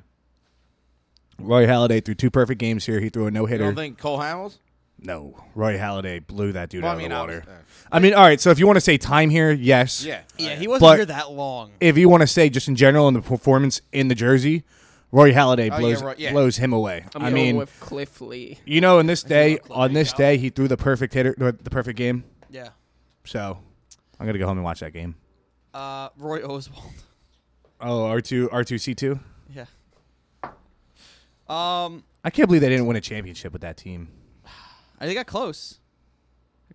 Speaker 3: Roy Halladay threw two perfect games here. He threw a no
Speaker 1: You
Speaker 3: hitter.
Speaker 1: don't think Cole Hamels?
Speaker 3: no, Roy Halladay blew that dude
Speaker 1: Well, I
Speaker 3: out
Speaker 1: mean,
Speaker 3: of the
Speaker 1: I
Speaker 3: water.
Speaker 1: was- uh,
Speaker 3: I mean, all right. So if you want to say time here, yes.
Speaker 1: Yeah.
Speaker 4: Yeah, he wasn't
Speaker 3: But-
Speaker 4: here that long.
Speaker 3: If you want to say just in general and the performance in the jersey, Oh, Roy Halladay
Speaker 1: yeah,
Speaker 3: blows
Speaker 1: Roy- yeah.
Speaker 3: blows him away.
Speaker 8: I'm
Speaker 3: I
Speaker 8: going
Speaker 3: mean,
Speaker 8: with Cliff Lee.
Speaker 3: you know, in this day,
Speaker 4: about Cla-
Speaker 3: on this
Speaker 4: yeah.
Speaker 3: day, he threw the perfect hitter, the the perfect game.
Speaker 4: Yeah,
Speaker 3: So I'm gonna go home and watch that game.
Speaker 4: uh, Roy Oswald. *laughs*
Speaker 3: Oh, R two, R two, C two.
Speaker 4: Yeah. Um,
Speaker 3: I can't believe they didn't win a championship with that team.
Speaker 4: I think I got close.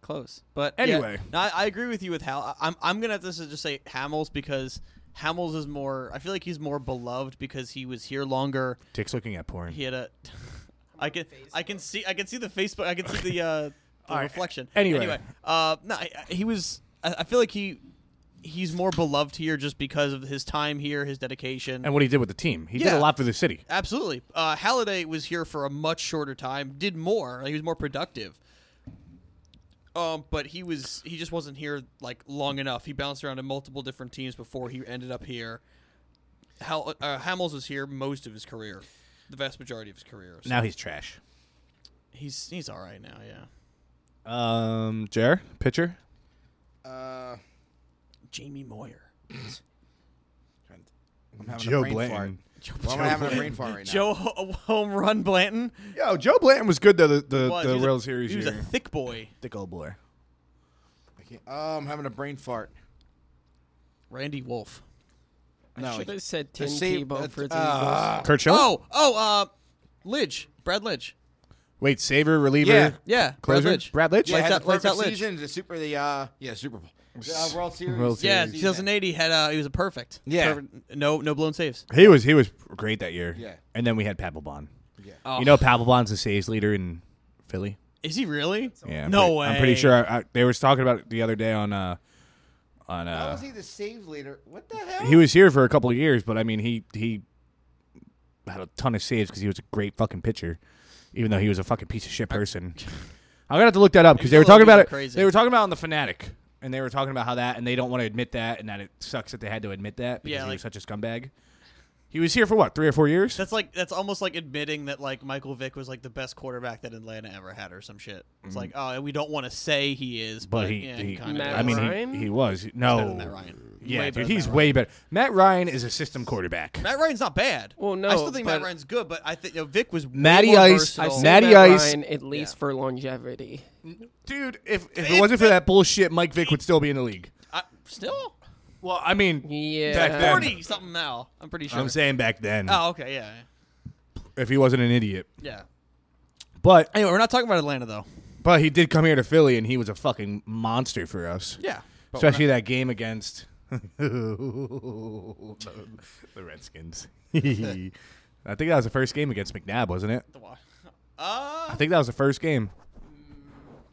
Speaker 4: Got Close, but yeah,
Speaker 3: Anyway.
Speaker 4: no, I, I agree with you with Hal. I- I'm I'm gonna have to just say Hamels because Hamels is more. I feel like he's more beloved because he was here longer.
Speaker 3: Dick's looking at porn.
Speaker 4: He had a. *laughs* I can I can see I can see the Facebook I can see the
Speaker 3: *laughs*
Speaker 4: uh the
Speaker 3: right.
Speaker 4: reflection.
Speaker 3: Anyway.
Speaker 4: uh, no, I, I- he was. I, I feel like he he's more beloved here just because of his time here, his dedication.
Speaker 3: and what he did with the team. He did
Speaker 4: Yeah.
Speaker 3: a lot for the city.
Speaker 4: Absolutely. Uh, Halliday was here for a much shorter time, did more. He was more productive. Um, but he was he just wasn't here like long enough. He bounced around to multiple different teams before he ended up here. Hal, uh, Hamels was here most of his career, the vast majority of his career. So
Speaker 3: Now he's trash.
Speaker 4: he's he's all right now. Yeah,
Speaker 3: Um, Jer, pitcher.
Speaker 1: Uh,
Speaker 4: Jamie Moyer,
Speaker 1: I'm having a brain fart. Well, I'm having a brain fart right now.
Speaker 4: Joe Ho- *laughs* Home Run Blanton
Speaker 3: Yo, Joe Blanton was good though. The the,
Speaker 4: was
Speaker 3: the
Speaker 4: he was
Speaker 3: World
Speaker 4: a,
Speaker 3: Series
Speaker 4: He was
Speaker 3: year.
Speaker 4: a thick boy.
Speaker 3: thick old boy.
Speaker 1: I can't- Oh, I'm having a brain fart.
Speaker 4: Randy Wolf.
Speaker 1: No,
Speaker 8: Should
Speaker 1: he-
Speaker 8: have said Tim
Speaker 1: save-
Speaker 8: Tebow
Speaker 1: uh,
Speaker 8: for the
Speaker 1: uh,
Speaker 8: Eagles.
Speaker 3: Kurt Schilling.
Speaker 4: Oh, oh, uh, Lidge, Brad Lidge.
Speaker 3: Wait, saver, reliever,
Speaker 1: Yeah.
Speaker 4: Yeah,
Speaker 3: closer.
Speaker 4: Brad Lidge.
Speaker 3: Brad Lidge?
Speaker 1: yeah,
Speaker 4: Lights
Speaker 1: had
Speaker 4: out-
Speaker 1: the
Speaker 4: lights
Speaker 1: perfect
Speaker 4: out Lidge.
Speaker 1: season. The super, the uh, yeah, Super Bowl, The, uh, World Series.
Speaker 3: World
Speaker 4: Yeah,
Speaker 3: Series.
Speaker 4: 2080 had uh, he was a perfect.
Speaker 1: Yeah.
Speaker 4: Perfect- no, no blown saves.
Speaker 3: He was he was great that year.
Speaker 1: Yeah.
Speaker 3: And then we had Papelbon.
Speaker 4: Oh.
Speaker 3: You know Papelbon's the saves leader in Philly.
Speaker 4: Is he really?
Speaker 3: Yeah. I'm
Speaker 4: no
Speaker 3: pretty,
Speaker 4: way.
Speaker 3: I'm pretty sure I, I, they was talking about it the other day on uh on
Speaker 1: How
Speaker 3: uh
Speaker 1: was he the save leader? What the hell?
Speaker 3: he was here for a couple of years, but I mean he he had a ton of saves because he was a great fucking pitcher, even
Speaker 4: *laughs*
Speaker 3: though he was a fucking piece of shit person. I'm gonna have to look that up because
Speaker 4: was
Speaker 3: they were
Speaker 4: a little
Speaker 3: talking about
Speaker 4: bit
Speaker 3: it.
Speaker 4: crazy.
Speaker 3: They were talking about it on the Fanatic and they were talking about how that, and they don't want to admit that, and that it sucks that they had to admit that because
Speaker 4: Yeah,
Speaker 3: he
Speaker 4: like-
Speaker 3: was such a scumbag. He was here for what, three or four years?
Speaker 4: That's like that's almost like admitting that like Michael Vick was like the best quarterback that Atlanta ever had or some shit. It's
Speaker 3: Mhm.
Speaker 4: like oh we don't want to say he is,
Speaker 3: but
Speaker 4: but,
Speaker 3: he,
Speaker 4: yeah,
Speaker 3: he,
Speaker 4: kind of.
Speaker 3: I mean, he, he was no
Speaker 4: Matt Ryan.
Speaker 3: Yeah,
Speaker 4: Way better
Speaker 3: dude,
Speaker 4: than
Speaker 3: he's
Speaker 4: Matt
Speaker 3: way better. Matt Ryan is a system quarterback.
Speaker 4: Matt Ryan's not bad.
Speaker 8: Well, no,
Speaker 4: I still think Matt
Speaker 8: but-
Speaker 4: Ryan's good, but I think you know, Vick was way
Speaker 3: Matty
Speaker 4: more
Speaker 3: Ice-
Speaker 8: I've
Speaker 4: versatile.
Speaker 8: seen
Speaker 3: Matty
Speaker 8: Matt
Speaker 3: Ice-
Speaker 8: Ryan at least for longevity.
Speaker 3: Dude, if If it wasn't for that bullshit, Mike Vick would still be in the league.
Speaker 4: I, still
Speaker 3: Well, I mean,
Speaker 8: yeah,
Speaker 3: back then.
Speaker 4: forty something now. I'm pretty sure.
Speaker 3: I'm saying back then.
Speaker 4: Oh, okay, yeah,
Speaker 3: If he wasn't an idiot,
Speaker 4: yeah.
Speaker 3: but
Speaker 4: anyway, we're not talking about Atlanta though.
Speaker 3: but he did come here to Philly, and he was a fucking monster for us.
Speaker 4: Yeah, but we're
Speaker 3: especially that game against *laughs* the, the Redskins. *laughs* I think that was the first game against McNabb, wasn't it? I think that was the first game.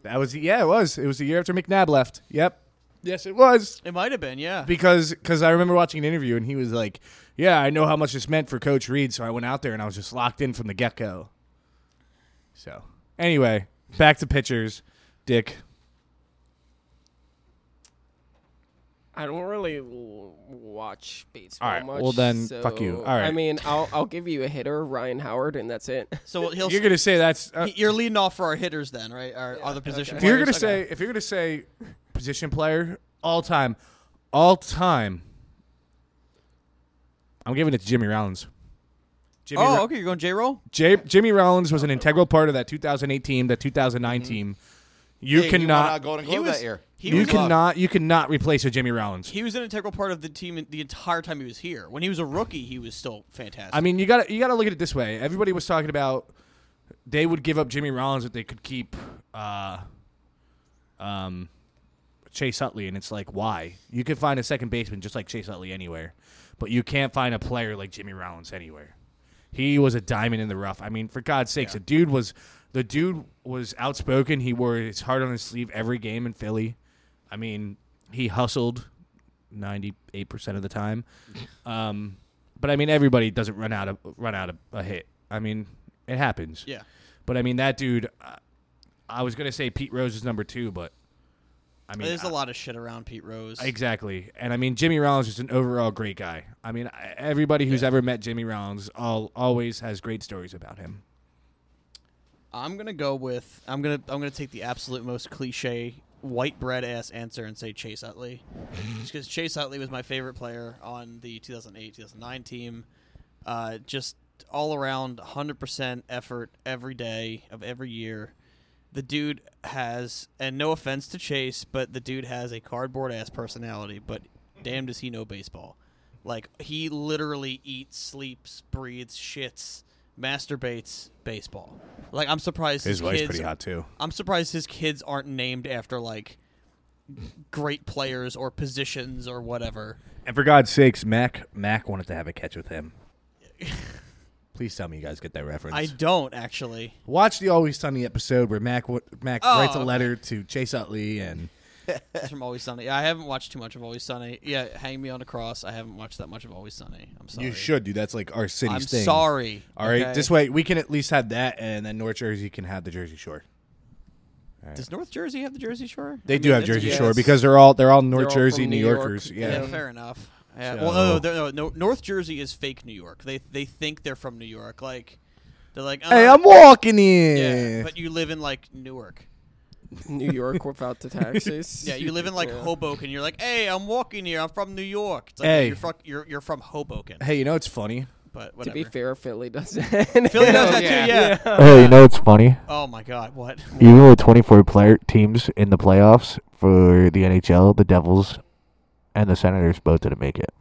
Speaker 3: That was yeah, it was. It was the year after McNabb left. Yep. Yes, it was.
Speaker 4: It might have been, yeah.
Speaker 3: because because I remember watching an interview and he was like, "Yeah, I know how much this meant for Coach Reed, so I went out there and I was just locked in from the get go." So anyway, back to pitchers, Dick.
Speaker 8: I don't really l- watch baseball
Speaker 3: All right,
Speaker 8: much.
Speaker 3: well then,
Speaker 8: so-
Speaker 3: fuck you. All right.
Speaker 8: I mean, I'll I'll give you a hitter, Ryan Howard, and that's it. *laughs*
Speaker 4: So he'll.
Speaker 3: You're gonna say that's uh,
Speaker 4: You're leading off for our hitters then, right? Our other position.
Speaker 3: if you're gonna
Speaker 4: players? Okay.
Speaker 3: say if you're gonna say position player all time, all time. I'm giving it to Jimmy Rollins. Jimmy
Speaker 4: oh,
Speaker 3: Ro-
Speaker 4: okay, you're going J roll.
Speaker 3: J- Jimmy Rollins was an integral part of that 2008 team, that 2009 team.
Speaker 1: Mm-hmm. Yeah,
Speaker 3: You
Speaker 1: he won, uh,
Speaker 3: cannot
Speaker 1: Golden Glove
Speaker 4: He was-
Speaker 1: that year.
Speaker 4: he
Speaker 3: you
Speaker 4: was- uh,
Speaker 3: cannot you cannot replace a Jimmy Rollins.
Speaker 4: He was an integral part of the team the entire time he was here. When he was a rookie, he was still fantastic.
Speaker 3: I mean, you got to you got to look at it this way. Everybody was talking about they would give up Jimmy Rollins if they could keep uh, um, Chase Utley, and it's like why? You could find a second baseman just like Chase Utley anywhere, but you can't find a player like Jimmy Rollins anywhere. He was a diamond in the rough. I mean, for God's sakes, the dude was the dude was outspoken. He wore his heart on his sleeve every game in Philly. I mean, he hustled ninety eight percent of the
Speaker 4: *laughs*
Speaker 3: time. Um, but I mean, everybody doesn't run out of run out of a hit. I mean, it happens.
Speaker 4: Yeah.
Speaker 3: But I mean, that dude. I, I was gonna say Pete Rose is number two, but I mean,
Speaker 4: there's
Speaker 3: I-
Speaker 4: a lot of shit around Pete Rose.
Speaker 3: Exactly. And I mean, Jimmy Rollins is an overall great guy. I mean, I- everybody who's ever met Jimmy Rollins all, always has great stories about him.
Speaker 4: I'm gonna go with I'm gonna I'm gonna take the absolute most cliche white bread ass answer and say Chase Utley, because Chase Utley was my favorite player on the 2008 2009 team. Uh, just all around 100% effort every day of every year. The dude has, and no offense to Chase, but the dude has a cardboard ass personality. But damn, does he know baseball? Like he literally eats, sleeps, breathes, shits, masturbates baseball. Like I'm surprised
Speaker 3: His
Speaker 4: his,
Speaker 3: wife's
Speaker 4: kids-
Speaker 3: pretty hot, too.
Speaker 4: I'm surprised his kids aren't named after like great players or positions or whatever.
Speaker 3: And for God's sakes, Mac Mac wanted to have a catch with *laughs* him. Please tell me you guys get that reference.
Speaker 4: I don't actually.
Speaker 3: Watch the Always Sunny episode where Mac wa- Mac
Speaker 4: Oh,
Speaker 3: writes a
Speaker 4: okay.
Speaker 3: letter to Chase Utley and
Speaker 4: It's from Always Sunny. Yeah, I haven't watched too much of Always Sunny. Yeah, Hang Me on the Cross. I haven't watched that much of Always Sunny. I'm sorry.
Speaker 3: you should do. That's like our city's
Speaker 4: I'm
Speaker 3: thing.
Speaker 4: sorry,
Speaker 3: All right,
Speaker 4: okay?
Speaker 3: this way we can at least have that, and then North Jersey can have the Jersey Shore. All right.
Speaker 4: Does North Jersey have the Jersey Shore?
Speaker 3: They
Speaker 4: I
Speaker 3: do
Speaker 4: mean,
Speaker 3: have
Speaker 4: it's-
Speaker 3: Jersey
Speaker 4: yeah,
Speaker 3: Shore
Speaker 4: it's-
Speaker 3: because they're all they're all
Speaker 8: They're
Speaker 3: North
Speaker 8: all from
Speaker 3: Jersey,
Speaker 8: New
Speaker 3: New
Speaker 8: York.
Speaker 3: Yorkers.
Speaker 4: Yeah,
Speaker 3: Yeah.
Speaker 4: fair enough. Yeah.
Speaker 3: So-
Speaker 4: Well, no, no, they're- no, no, North Jersey is fake New York. They they think they're from New York. Like they're like,
Speaker 3: Hey,
Speaker 4: uh,
Speaker 3: I'm walking in.
Speaker 4: Yeah, but you live in like Newark.
Speaker 8: New York
Speaker 3: *laughs*
Speaker 8: without the taxes.
Speaker 4: Yeah, you live in like
Speaker 8: Yeah.
Speaker 4: Hoboken. You're like, hey, I'm walking here. I'm from New York. It's like
Speaker 3: Hey.
Speaker 4: you're from you're, you're from Hoboken.
Speaker 3: hey, you know it's funny.
Speaker 4: But
Speaker 8: To
Speaker 4: whatever.
Speaker 8: be fair, Oh, Philly does that. *laughs*
Speaker 4: Philly does that too. Yeah.
Speaker 7: Hey, you know it's funny.
Speaker 4: Oh my God, what?
Speaker 7: Even with 24 player teams in the playoffs for the NHL, the Devils and the Senators both didn't make it.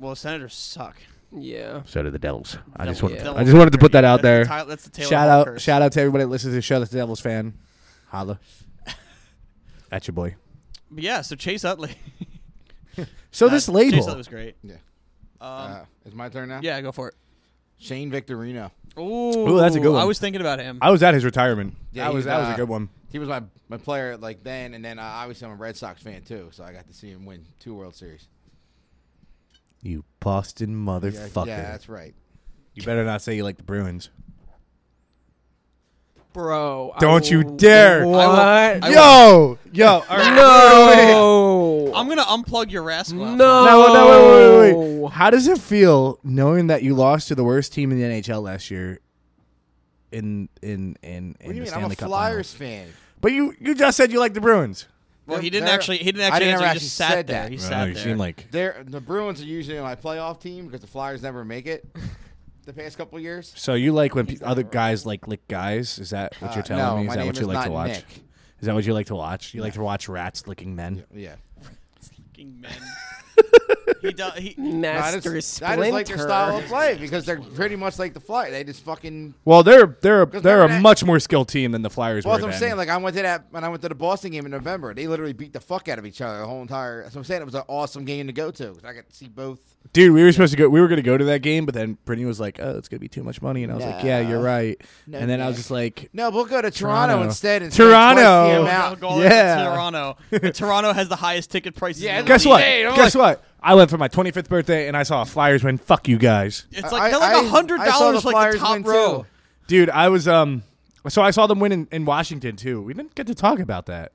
Speaker 4: Well, Senators suck.
Speaker 8: Yeah.
Speaker 7: So did the Devils. I just
Speaker 4: Devils-
Speaker 7: wanted,
Speaker 4: Devils
Speaker 7: I just wanted to
Speaker 4: are
Speaker 7: put that
Speaker 4: dirty.
Speaker 7: out there.
Speaker 4: That's the, Ty- that's the Taylor
Speaker 3: shout
Speaker 4: Hall
Speaker 3: out,
Speaker 4: curse.
Speaker 3: shout out to everybody that listens to Shout Out to Devils fan. Holla, at your boy.
Speaker 4: But yeah, so Chase Utley.
Speaker 3: So
Speaker 4: Uh,
Speaker 3: this label,
Speaker 4: *laughs* Chase Utley was great.
Speaker 1: Yeah.
Speaker 4: Um,
Speaker 1: uh, it's my turn now.
Speaker 4: yeah, go for it.
Speaker 1: Shane Victorino.
Speaker 4: Ooh,
Speaker 3: that's a good
Speaker 4: I
Speaker 3: one.
Speaker 4: was thinking about him.
Speaker 3: I was at his retirement.
Speaker 1: Yeah,
Speaker 3: that
Speaker 1: he
Speaker 3: was that was
Speaker 1: uh,
Speaker 3: a good one.
Speaker 1: He was my my player like then, and then uh, obviously I'm a Red Sox fan too, so I got to see him win two World Series.
Speaker 3: You Boston
Speaker 1: Yeah,
Speaker 3: motherfucker.
Speaker 1: yeah, that's right.
Speaker 3: you better not say you like the Bruins.
Speaker 8: Bro. I
Speaker 3: Don't you
Speaker 8: will-
Speaker 3: dare.
Speaker 8: What?
Speaker 4: I will-
Speaker 3: Yo, Yo, all right.
Speaker 8: No.
Speaker 4: I'm gonna unplug your rascal. out.
Speaker 8: No.
Speaker 3: No, no, wait, wait,
Speaker 1: Oh.
Speaker 3: wait, wait. How does it feel knowing that you lost to the worst team in the NHL last year? In in in,
Speaker 1: What
Speaker 3: in
Speaker 1: do you
Speaker 3: the
Speaker 1: mean?
Speaker 3: Stanley
Speaker 1: I'm a
Speaker 3: Cup
Speaker 1: Flyers
Speaker 3: Finals.
Speaker 1: fan.
Speaker 3: But you you just said you like the Bruins.
Speaker 4: Well, he
Speaker 1: They're-
Speaker 4: didn't
Speaker 1: they're-
Speaker 4: actually. He didn't
Speaker 1: I
Speaker 4: actually.
Speaker 1: didn't
Speaker 4: answer,
Speaker 1: ever
Speaker 4: he just
Speaker 1: actually
Speaker 4: sat
Speaker 1: said
Speaker 4: there.
Speaker 1: that.
Speaker 4: He
Speaker 1: No,
Speaker 3: I don't
Speaker 4: sat
Speaker 3: know, you
Speaker 4: there.
Speaker 3: seem like
Speaker 1: They're, the Bruins are usually my playoff team because the Flyers never make it the past couple of years.
Speaker 3: so you like when pe- other guys like lick guys. Is that what
Speaker 1: Uh,
Speaker 3: you're telling
Speaker 1: no,
Speaker 3: me? Is
Speaker 1: my
Speaker 3: that
Speaker 1: name
Speaker 3: what you
Speaker 1: is
Speaker 3: like to
Speaker 1: not
Speaker 3: watch?
Speaker 1: Nick.
Speaker 3: Is that what you like to watch? You like to watch rats licking men?
Speaker 1: Yeah.
Speaker 4: Fucking men. he do,
Speaker 3: *laughs*
Speaker 4: he,
Speaker 1: No, I, just,
Speaker 8: Master
Speaker 1: I
Speaker 8: Splinter.
Speaker 1: just like their style of play because they're pretty much like the Flyers. They just fucking.
Speaker 3: Well, they're they're
Speaker 1: Because
Speaker 3: they're a
Speaker 1: remember that-
Speaker 3: much more skilled team than the Flyers
Speaker 1: Well,
Speaker 3: were.
Speaker 1: that's what I'm
Speaker 3: then.
Speaker 1: saying. Like I went to that when I went to the Boston game in November. They literally beat the fuck out of each other the whole entire. That's what I'm saying. It was an awesome game to go to 'cause I got to see both.
Speaker 3: Dude, we were supposed to go. We were going to go to that game, but then Brittany was like, "Oh, it's going to be too much money," and I was like, "Yeah, you're
Speaker 1: No.
Speaker 3: right."
Speaker 1: No,
Speaker 3: and then I was
Speaker 1: Nick.
Speaker 3: just like,
Speaker 1: No, we'll go to Toronto,
Speaker 3: Toronto.
Speaker 1: instead. And spend
Speaker 3: Toronto!
Speaker 1: twice the
Speaker 3: Oh,
Speaker 4: I'll
Speaker 1: amount.
Speaker 4: go all the way to
Speaker 3: Yeah.
Speaker 4: Toronto.
Speaker 3: *laughs*
Speaker 4: And Toronto has the highest ticket prices.
Speaker 1: Yeah,
Speaker 4: in the
Speaker 3: "Guess
Speaker 4: league.
Speaker 3: what?
Speaker 1: Hey, I'm
Speaker 3: Guess what? I went for my 25th birthday, and I saw a Flyers win. Fuck you guys,
Speaker 4: It's
Speaker 1: I-
Speaker 4: like they're like
Speaker 1: I-
Speaker 4: hundred
Speaker 1: I saw the
Speaker 4: dollars like the
Speaker 1: Flyers
Speaker 4: top
Speaker 1: win,
Speaker 4: row.
Speaker 1: too.
Speaker 3: dude. I was um, so I saw them win in, in Washington too. We didn't get to talk about that.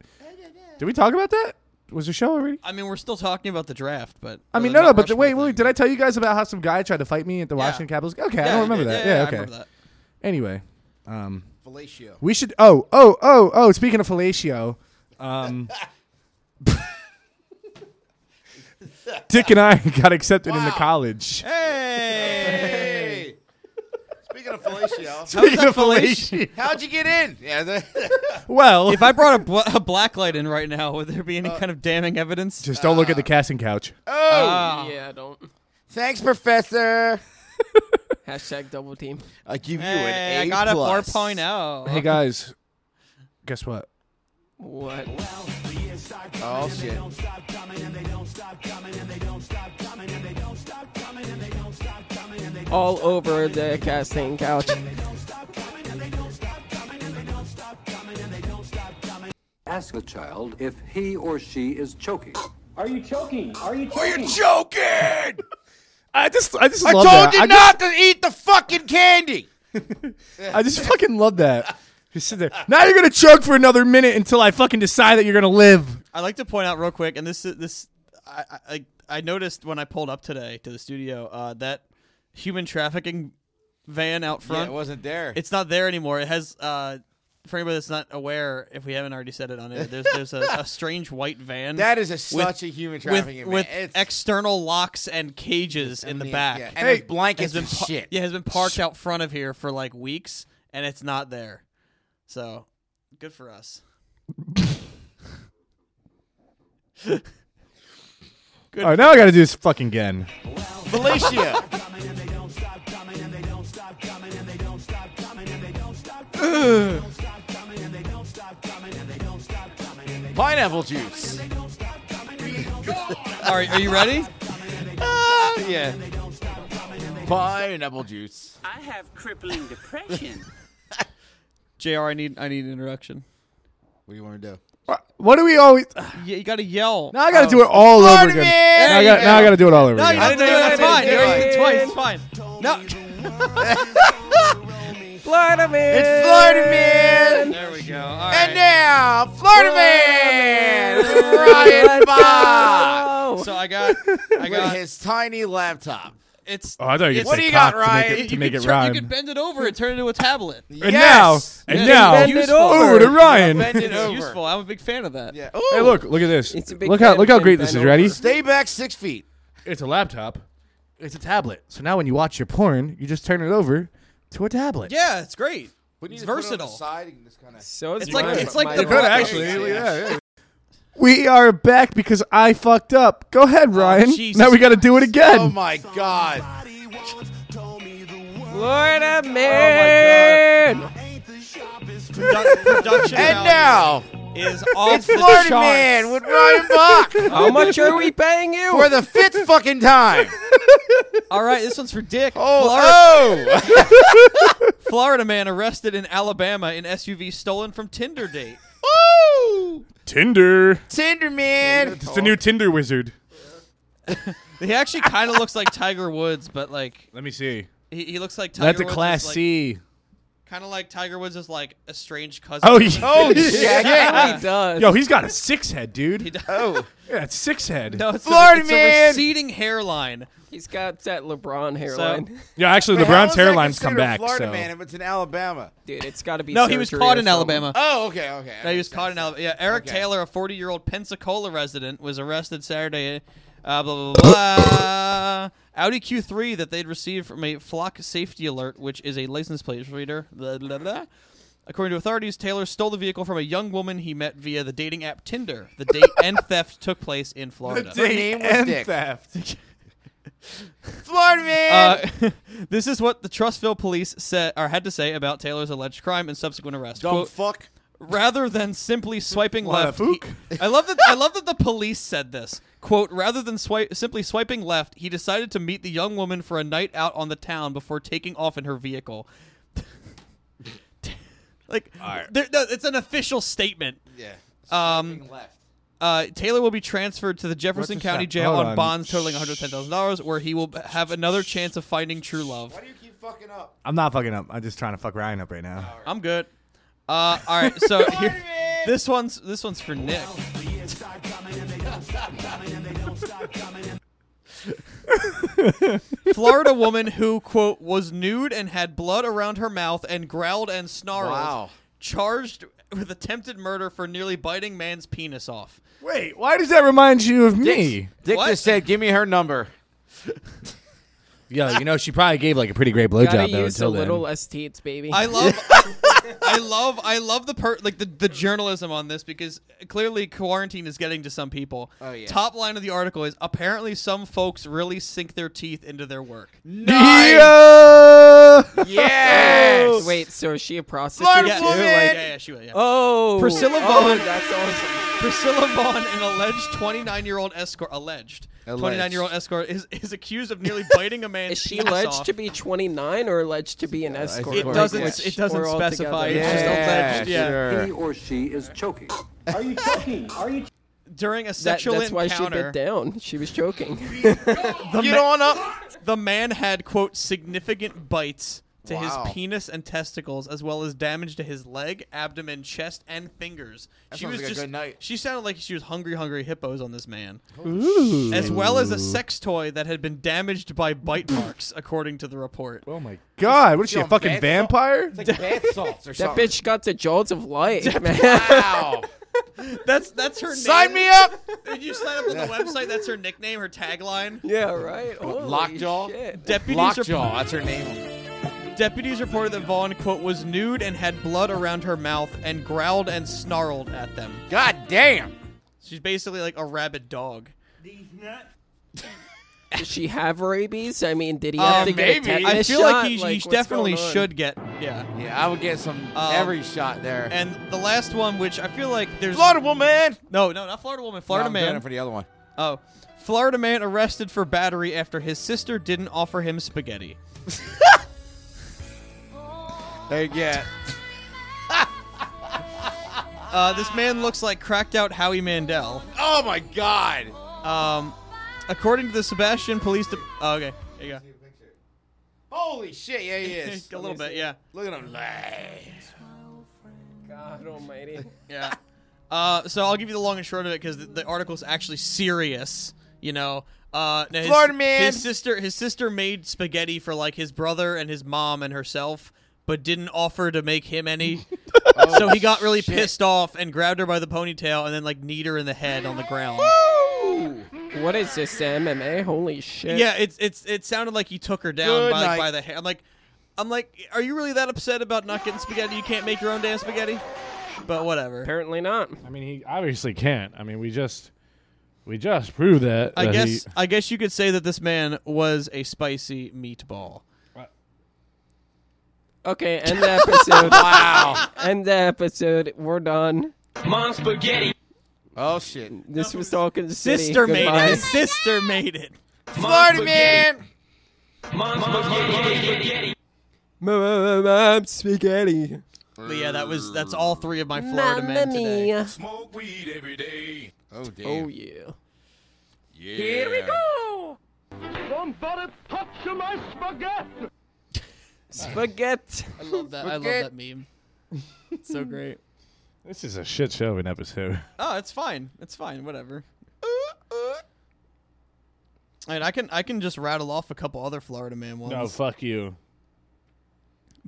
Speaker 3: Did we talk about that? Was the show already?
Speaker 4: I mean, we're still talking about the draft, but uh,
Speaker 3: I mean,
Speaker 4: or
Speaker 3: no, no.
Speaker 4: Mount
Speaker 3: But the,
Speaker 4: Rushmore
Speaker 3: wait, wait.
Speaker 4: thing.
Speaker 3: Did I tell you guys about how some guy tried to fight me at the Washington Capitals? Okay, I
Speaker 4: Yeah,
Speaker 3: don't remember
Speaker 4: yeah,
Speaker 3: that.
Speaker 4: Yeah,
Speaker 3: Yeah,
Speaker 4: I
Speaker 3: okay.
Speaker 4: remember that.
Speaker 3: Anyway, um,
Speaker 1: Fellatio.
Speaker 3: We should. Oh, oh, oh, oh. Speaking of fellatio,
Speaker 4: *laughs*
Speaker 3: um, Dick and I got accepted into
Speaker 1: Wow.
Speaker 3: college.
Speaker 1: Hey. Speaking of
Speaker 3: *laughs*
Speaker 1: fellatio,
Speaker 3: Speaking
Speaker 4: that
Speaker 3: of fellatio,
Speaker 1: how'd you get in? Yeah. *laughs* the-
Speaker 3: well,
Speaker 4: If I brought a, bl- a black light in right now, would there be
Speaker 1: Uh,
Speaker 4: any kind of damning evidence?
Speaker 3: just don't look at the casting couch.
Speaker 1: oh,
Speaker 4: Ah.
Speaker 8: Yeah, don't.
Speaker 1: thanks, Professor.
Speaker 8: Hashtag double team.
Speaker 1: I give you
Speaker 4: Hey,
Speaker 1: an
Speaker 4: I
Speaker 1: A
Speaker 4: got a oh.
Speaker 1: plus.
Speaker 4: 4.0.
Speaker 3: Hey guys, guess what?
Speaker 8: What?
Speaker 1: Oh shit.
Speaker 8: All over the casting couch.
Speaker 9: Ask the child if he or she is choking.
Speaker 6: Are you choking? Are you
Speaker 5: Are you
Speaker 6: choking?
Speaker 5: joking?
Speaker 3: *laughs* I just, I just,
Speaker 1: I
Speaker 3: love
Speaker 1: told
Speaker 3: that.
Speaker 1: you
Speaker 3: I
Speaker 1: not to eat the fucking candy.
Speaker 3: Just, I just fucking love that. Just sit there. Now you're gonna choke for another minute until I fucking decide that you're gonna live.
Speaker 4: I'd like to point out real quick, and this is this I, I I noticed when I pulled up today to the studio uh, that human trafficking van out
Speaker 1: Yeah,
Speaker 4: front.
Speaker 1: it wasn't there.
Speaker 4: It's not there anymore. It has uh, for anybody that's not aware, if we haven't already said it on it, there's there's a, a strange white van.
Speaker 1: that is a, such a human
Speaker 4: with,
Speaker 1: trafficking.
Speaker 4: with
Speaker 1: man. It's-
Speaker 4: external locks and cages in the
Speaker 1: Yeah,
Speaker 4: back.
Speaker 1: yeah.
Speaker 4: It
Speaker 1: And
Speaker 3: Hey,
Speaker 1: hey, blankets
Speaker 4: has been
Speaker 1: and
Speaker 4: par-
Speaker 1: shit.
Speaker 4: Yeah, has been parked out front of here for like weeks, and it's not there. So good for us.
Speaker 3: All right, now I gotta do this fucking again.
Speaker 1: Felicia. Pineapple juice.
Speaker 4: All right, are you ready?
Speaker 1: Ah, yeah. Pineapple juice.
Speaker 6: I have crippling depression.
Speaker 4: Jr, I need I need an introduction.
Speaker 1: What do you want to do?
Speaker 3: What do we always?
Speaker 4: Yeah, you gotta yell.
Speaker 3: Now I gotta
Speaker 4: Oh.
Speaker 3: do it all over
Speaker 1: Pardon
Speaker 3: again.
Speaker 1: me!
Speaker 3: Now I,
Speaker 1: There
Speaker 3: got,
Speaker 1: you
Speaker 3: now I
Speaker 1: go.
Speaker 3: gotta do it all over
Speaker 4: No, you
Speaker 3: again.
Speaker 4: don't have to do it. That's fine. You already did it twice.
Speaker 1: It's
Speaker 4: It's fine. No.
Speaker 8: Florida man.
Speaker 1: Florida Man.
Speaker 4: There we go. All
Speaker 1: And
Speaker 4: right.
Speaker 1: now, Florida Man, Ryan
Speaker 3: *laughs*
Speaker 1: Bob
Speaker 4: So I got
Speaker 1: *laughs*
Speaker 4: I
Speaker 1: with
Speaker 4: got
Speaker 1: his tiny laptop.
Speaker 4: it's
Speaker 3: Oh, I thought you
Speaker 4: it's-
Speaker 3: could
Speaker 1: What
Speaker 3: say
Speaker 1: do you got,
Speaker 3: cock to make it-
Speaker 1: Ryan?
Speaker 3: to
Speaker 4: you
Speaker 3: make
Speaker 4: could
Speaker 3: it
Speaker 4: turn-
Speaker 3: rhyme.
Speaker 4: You could bend it over and turn it into a tablet.
Speaker 3: And
Speaker 1: Yes.
Speaker 3: now, and
Speaker 4: Yeah,
Speaker 3: now,
Speaker 8: bend it
Speaker 3: useful.
Speaker 8: over.
Speaker 3: to
Speaker 1: *laughs*
Speaker 3: Ryan.
Speaker 1: Bend it
Speaker 4: It's
Speaker 1: over.
Speaker 4: useful. I'm a big fan of that.
Speaker 1: Yeah.
Speaker 3: Hey,
Speaker 1: Ooh.
Speaker 3: look, look at this.
Speaker 8: It's a big
Speaker 3: Look how
Speaker 8: fan
Speaker 3: look
Speaker 8: of
Speaker 3: how
Speaker 8: Ben
Speaker 3: great this is.
Speaker 8: Benover.
Speaker 3: Ready?
Speaker 1: Stay back six feet.
Speaker 3: It's a laptop. It's a tablet. So now when you watch your porn, you just turn it over to a tablet.
Speaker 4: Yeah, it's great.
Speaker 1: Wouldn't
Speaker 4: It's versatile.
Speaker 8: So is
Speaker 4: It's like-
Speaker 8: mine,
Speaker 4: it's
Speaker 8: but
Speaker 4: like
Speaker 8: mine
Speaker 4: the
Speaker 8: is
Speaker 4: Could
Speaker 8: not.
Speaker 4: actually,
Speaker 3: Oh, We are back because I fucked up. Go ahead, Ryan.
Speaker 4: Jesus
Speaker 3: now we got to do it again.
Speaker 1: Oh my god.
Speaker 4: oh
Speaker 8: Florida man.
Speaker 4: *laughs* Produ- production
Speaker 1: And
Speaker 4: value
Speaker 1: now, *laughs*
Speaker 4: is off
Speaker 1: it's
Speaker 4: the
Speaker 1: Florida
Speaker 4: charts.
Speaker 1: Man with
Speaker 3: *laughs*
Speaker 1: Ryan Bach
Speaker 8: How much are we paying you?
Speaker 1: for the fifth fucking time.
Speaker 4: All right, this one's for Dick. Florida,
Speaker 1: Oh, oh.
Speaker 4: *laughs* Florida man arrested in Alabama in SUV stolen from Tinder date.
Speaker 3: Tinder.
Speaker 1: Tinder Man.
Speaker 3: It's the new Tinder wizard.
Speaker 4: He actually kind of looks like Tiger Woods, but like
Speaker 3: Let me see.
Speaker 4: he, he looks like Tiger
Speaker 3: That's a
Speaker 4: Woods is,
Speaker 3: class
Speaker 4: like,
Speaker 3: C.
Speaker 4: Kind of like Tiger Woods is like estranged cousin.
Speaker 3: Oh, yeah. *laughs*
Speaker 8: *laughs*
Speaker 4: Yeah.
Speaker 3: Yo, he's got a six head, dude.
Speaker 4: *laughs* He does. *laughs*
Speaker 1: Oh,
Speaker 3: yeah, it's six head.
Speaker 4: No, it's
Speaker 1: Florida
Speaker 4: a, it's
Speaker 1: man.
Speaker 4: a receding hairline.
Speaker 8: He's got that LeBron hairline. *laughs*
Speaker 3: Yeah, actually,
Speaker 1: Wait, how
Speaker 3: LeBron's
Speaker 1: is that
Speaker 3: hairline's come
Speaker 1: considered a
Speaker 3: back.
Speaker 1: Florida
Speaker 3: so.
Speaker 1: man if it's in Alabama.
Speaker 8: Dude, it's got to be.
Speaker 4: No, he was
Speaker 8: surgery
Speaker 4: caught
Speaker 8: or
Speaker 4: in
Speaker 8: something.
Speaker 4: Alabama.
Speaker 1: Oh, okay, okay.
Speaker 4: No, he was caught in Alabama. Yeah, Eric
Speaker 1: Okay.
Speaker 4: Taylor, a 40 year old Pensacola resident, was arrested Saturday. Uh, blah, blah, blah, *laughs* blah. Audi Q3 that they'd received from a flock safety alert, which is a license plate reader. Blah, blah, blah. According to authorities, Taylor stole the vehicle from a young woman he met via the dating app Tinder. The *laughs* date and theft took place in Florida.
Speaker 1: Her name was
Speaker 3: and
Speaker 1: Dick.
Speaker 3: theft.
Speaker 1: Florida man.
Speaker 4: Uh, *laughs* this is what the Trustville police said or had to say about Taylor's alleged crime and subsequent arrest.
Speaker 1: Dumb
Speaker 4: Quote,
Speaker 1: fuck.
Speaker 4: rather than simply swiping
Speaker 3: What a
Speaker 4: left.
Speaker 3: fook.
Speaker 4: he- I love that I love that the police said this. Quote, rather than swipe, simply swiping left, he decided to meet the young woman for a night out on the town before taking off in her vehicle. *laughs* like there- no, it's an official statement.
Speaker 1: Yeah.
Speaker 4: Um,
Speaker 1: left.
Speaker 4: Uh, Taylor will be transferred to the Jefferson
Speaker 3: does
Speaker 4: County
Speaker 3: that-
Speaker 4: Jail
Speaker 3: hold
Speaker 4: on,
Speaker 3: on.
Speaker 4: bonds totaling $110,000, where he will have another chance of finding true love.
Speaker 1: Why do you keep fucking up?
Speaker 3: I'm not fucking up. I'm just trying to fuck Ryan up right now.
Speaker 4: I'm good. Uh, all right, so here, this one's this one's for Nick. Florida woman who quote was nude and had blood around her mouth and growled and snarled,
Speaker 1: Wow.
Speaker 4: charged with attempted murder for nearly biting man's penis off.
Speaker 3: Wait, why does that remind you of me?
Speaker 1: Dick
Speaker 4: What?
Speaker 1: just said, "Give me her number."
Speaker 3: Yo, you know she probably gave like a pretty great
Speaker 8: Gotta
Speaker 3: blowjob though.
Speaker 8: use the
Speaker 3: Until then.
Speaker 8: little STs, baby.
Speaker 4: I love, I love, I love the per like the, the journalism on this because clearly quarantine is getting to some people.
Speaker 1: Oh, yeah.
Speaker 4: Top line of the article is apparently some folks really sink their teeth into
Speaker 8: *laughs*
Speaker 4: their work.
Speaker 3: Yeah!
Speaker 1: Yes.
Speaker 8: Wait, so is she a prostitute?
Speaker 1: Florida
Speaker 4: Yeah,
Speaker 8: too?
Speaker 1: woman!
Speaker 4: yeah,
Speaker 8: Like,
Speaker 4: yeah, yeah, she was. Yeah.
Speaker 8: oh,
Speaker 4: Priscilla
Speaker 8: oh,
Speaker 4: Vaughn.
Speaker 8: That's awesome.
Speaker 4: Priscilla Vaughn, an alleged 29 year old escort, alleged
Speaker 1: Alleged.
Speaker 4: 29 year old escort, is, is accused of nearly
Speaker 8: *laughs*
Speaker 4: biting a man.
Speaker 8: Is she alleged to be 29 or alleged to be an escort?
Speaker 4: It
Speaker 8: Or
Speaker 4: doesn't.
Speaker 8: which?
Speaker 4: It doesn't
Speaker 8: Or
Speaker 4: specify.
Speaker 8: altogether?
Speaker 4: It's just
Speaker 1: Yeah,
Speaker 4: alleged. Yeah.
Speaker 1: sure.
Speaker 9: He or she is choking.
Speaker 4: During a
Speaker 8: That,
Speaker 4: sexual
Speaker 8: that's why she
Speaker 4: encounter,
Speaker 8: bit down. She was choking.
Speaker 1: Get on up.
Speaker 4: the man had quote significant bites to
Speaker 1: Wow.
Speaker 4: his penis and testicles, as well as damage to his leg, abdomen, chest, and fingers. she
Speaker 1: sounds
Speaker 4: was
Speaker 1: like a
Speaker 4: just.
Speaker 1: good night.
Speaker 4: She sounded like she was hungry, hungry hippos on this man, as well as a sex toy that had been damaged
Speaker 1: *clears throat*
Speaker 4: by bite marks, according to the report.
Speaker 3: Oh my god, what is she
Speaker 1: Yo,
Speaker 3: a
Speaker 1: bath salt-
Speaker 3: fucking vampire?
Speaker 1: It's like bath salts or
Speaker 8: that
Speaker 1: something.
Speaker 8: *laughs* bitch got the jaws of
Speaker 4: *laughs*
Speaker 8: life, man.
Speaker 1: Wow.
Speaker 4: That's that's her.
Speaker 1: Sign
Speaker 4: name.
Speaker 1: me up.
Speaker 4: Did you sign up on the website? That's her nickname,
Speaker 1: *laughs*
Speaker 4: her tagline.
Speaker 8: yeah, right. Holy
Speaker 1: Lockjaw?
Speaker 8: shit.
Speaker 1: *laughs*
Speaker 4: Deputies
Speaker 1: Lockjaw. That's her name.
Speaker 4: Deputies reported that Vaughn, quote, was nude and had blood around her mouth and growled and snarled at them.
Speaker 1: God damn.
Speaker 4: She's basically like a rabid dog.
Speaker 8: Did she have rabies? I mean, did he
Speaker 4: Uh,
Speaker 8: have to
Speaker 1: maybe.
Speaker 8: get a tetanus
Speaker 4: I feel
Speaker 8: shot?
Speaker 4: like he, he
Speaker 8: what's
Speaker 4: definitely
Speaker 8: going on?
Speaker 4: should get, yeah.
Speaker 1: Yeah, I would get some
Speaker 4: Um,
Speaker 1: every shot there.
Speaker 4: And the last one, which I feel like there's
Speaker 1: Florida woman.
Speaker 4: no, no, not Florida woman, Florida
Speaker 1: No, I'm doing
Speaker 4: man.
Speaker 1: it for the other one.
Speaker 4: oh, Florida man arrested for battery after his sister didn't offer him spaghetti.
Speaker 1: There you get.
Speaker 4: Uh, this man looks like cracked out Howie Mandel.
Speaker 1: Oh my god.
Speaker 4: Um, according to the Sebastian Police. De- oh, okay, there you go.
Speaker 1: Holy shit. Yeah, he *laughs* is.
Speaker 4: *laughs* a little bit, yeah.
Speaker 1: Look at him. lay.
Speaker 8: God almighty.
Speaker 4: Yeah. Uh, so I'll give you the long and short of it because the, the article is actually serious. You know, uh, now his,
Speaker 1: Florida man.
Speaker 4: His sister, his sister made spaghetti for like his brother and his mom and herself, but didn't offer to make
Speaker 1: *laughs*
Speaker 4: him any. so
Speaker 1: Oh,
Speaker 4: he got really pissed off and grabbed her by the ponytail and then like kneed her in the head on the ground.
Speaker 8: What is this the MMA? Holy shit.
Speaker 4: Yeah, it's it's it sounded like he took her down
Speaker 1: Good
Speaker 4: by,
Speaker 1: night.
Speaker 4: by the hair. I'm like, I'm like, are you really that upset about not getting spaghetti? You can't make your own damn spaghetti. But whatever.
Speaker 8: Apparently not.
Speaker 12: I mean, he obviously can't. I mean, we just we just proved that.
Speaker 4: I
Speaker 12: that
Speaker 4: guess
Speaker 12: he-
Speaker 4: I guess you could say that this man was a spicy meatball.
Speaker 8: Okay, end
Speaker 4: *laughs*
Speaker 8: the episode. wow. End the episode. We're done.
Speaker 1: Oh shit.
Speaker 8: This was Talking City.
Speaker 4: Sister made
Speaker 8: Goodbye.
Speaker 4: it. Sister made it.
Speaker 1: Florida man.
Speaker 8: Mom, mom, spaghetti.
Speaker 4: But yeah, that was that's all three of my Florida men today.
Speaker 5: Smoke weed every day.
Speaker 1: Oh damn.
Speaker 8: Oh, yeah.
Speaker 1: yeah. Here we go.
Speaker 8: *laughs* Spaghetti.
Speaker 4: I love that. I love that meme. It's so great.
Speaker 3: This is a shit show of an episode.
Speaker 4: Oh, it's fine. It's fine. Whatever. And I can I can just rattle off a couple other Florida man ones.
Speaker 3: No, Oh, fuck you.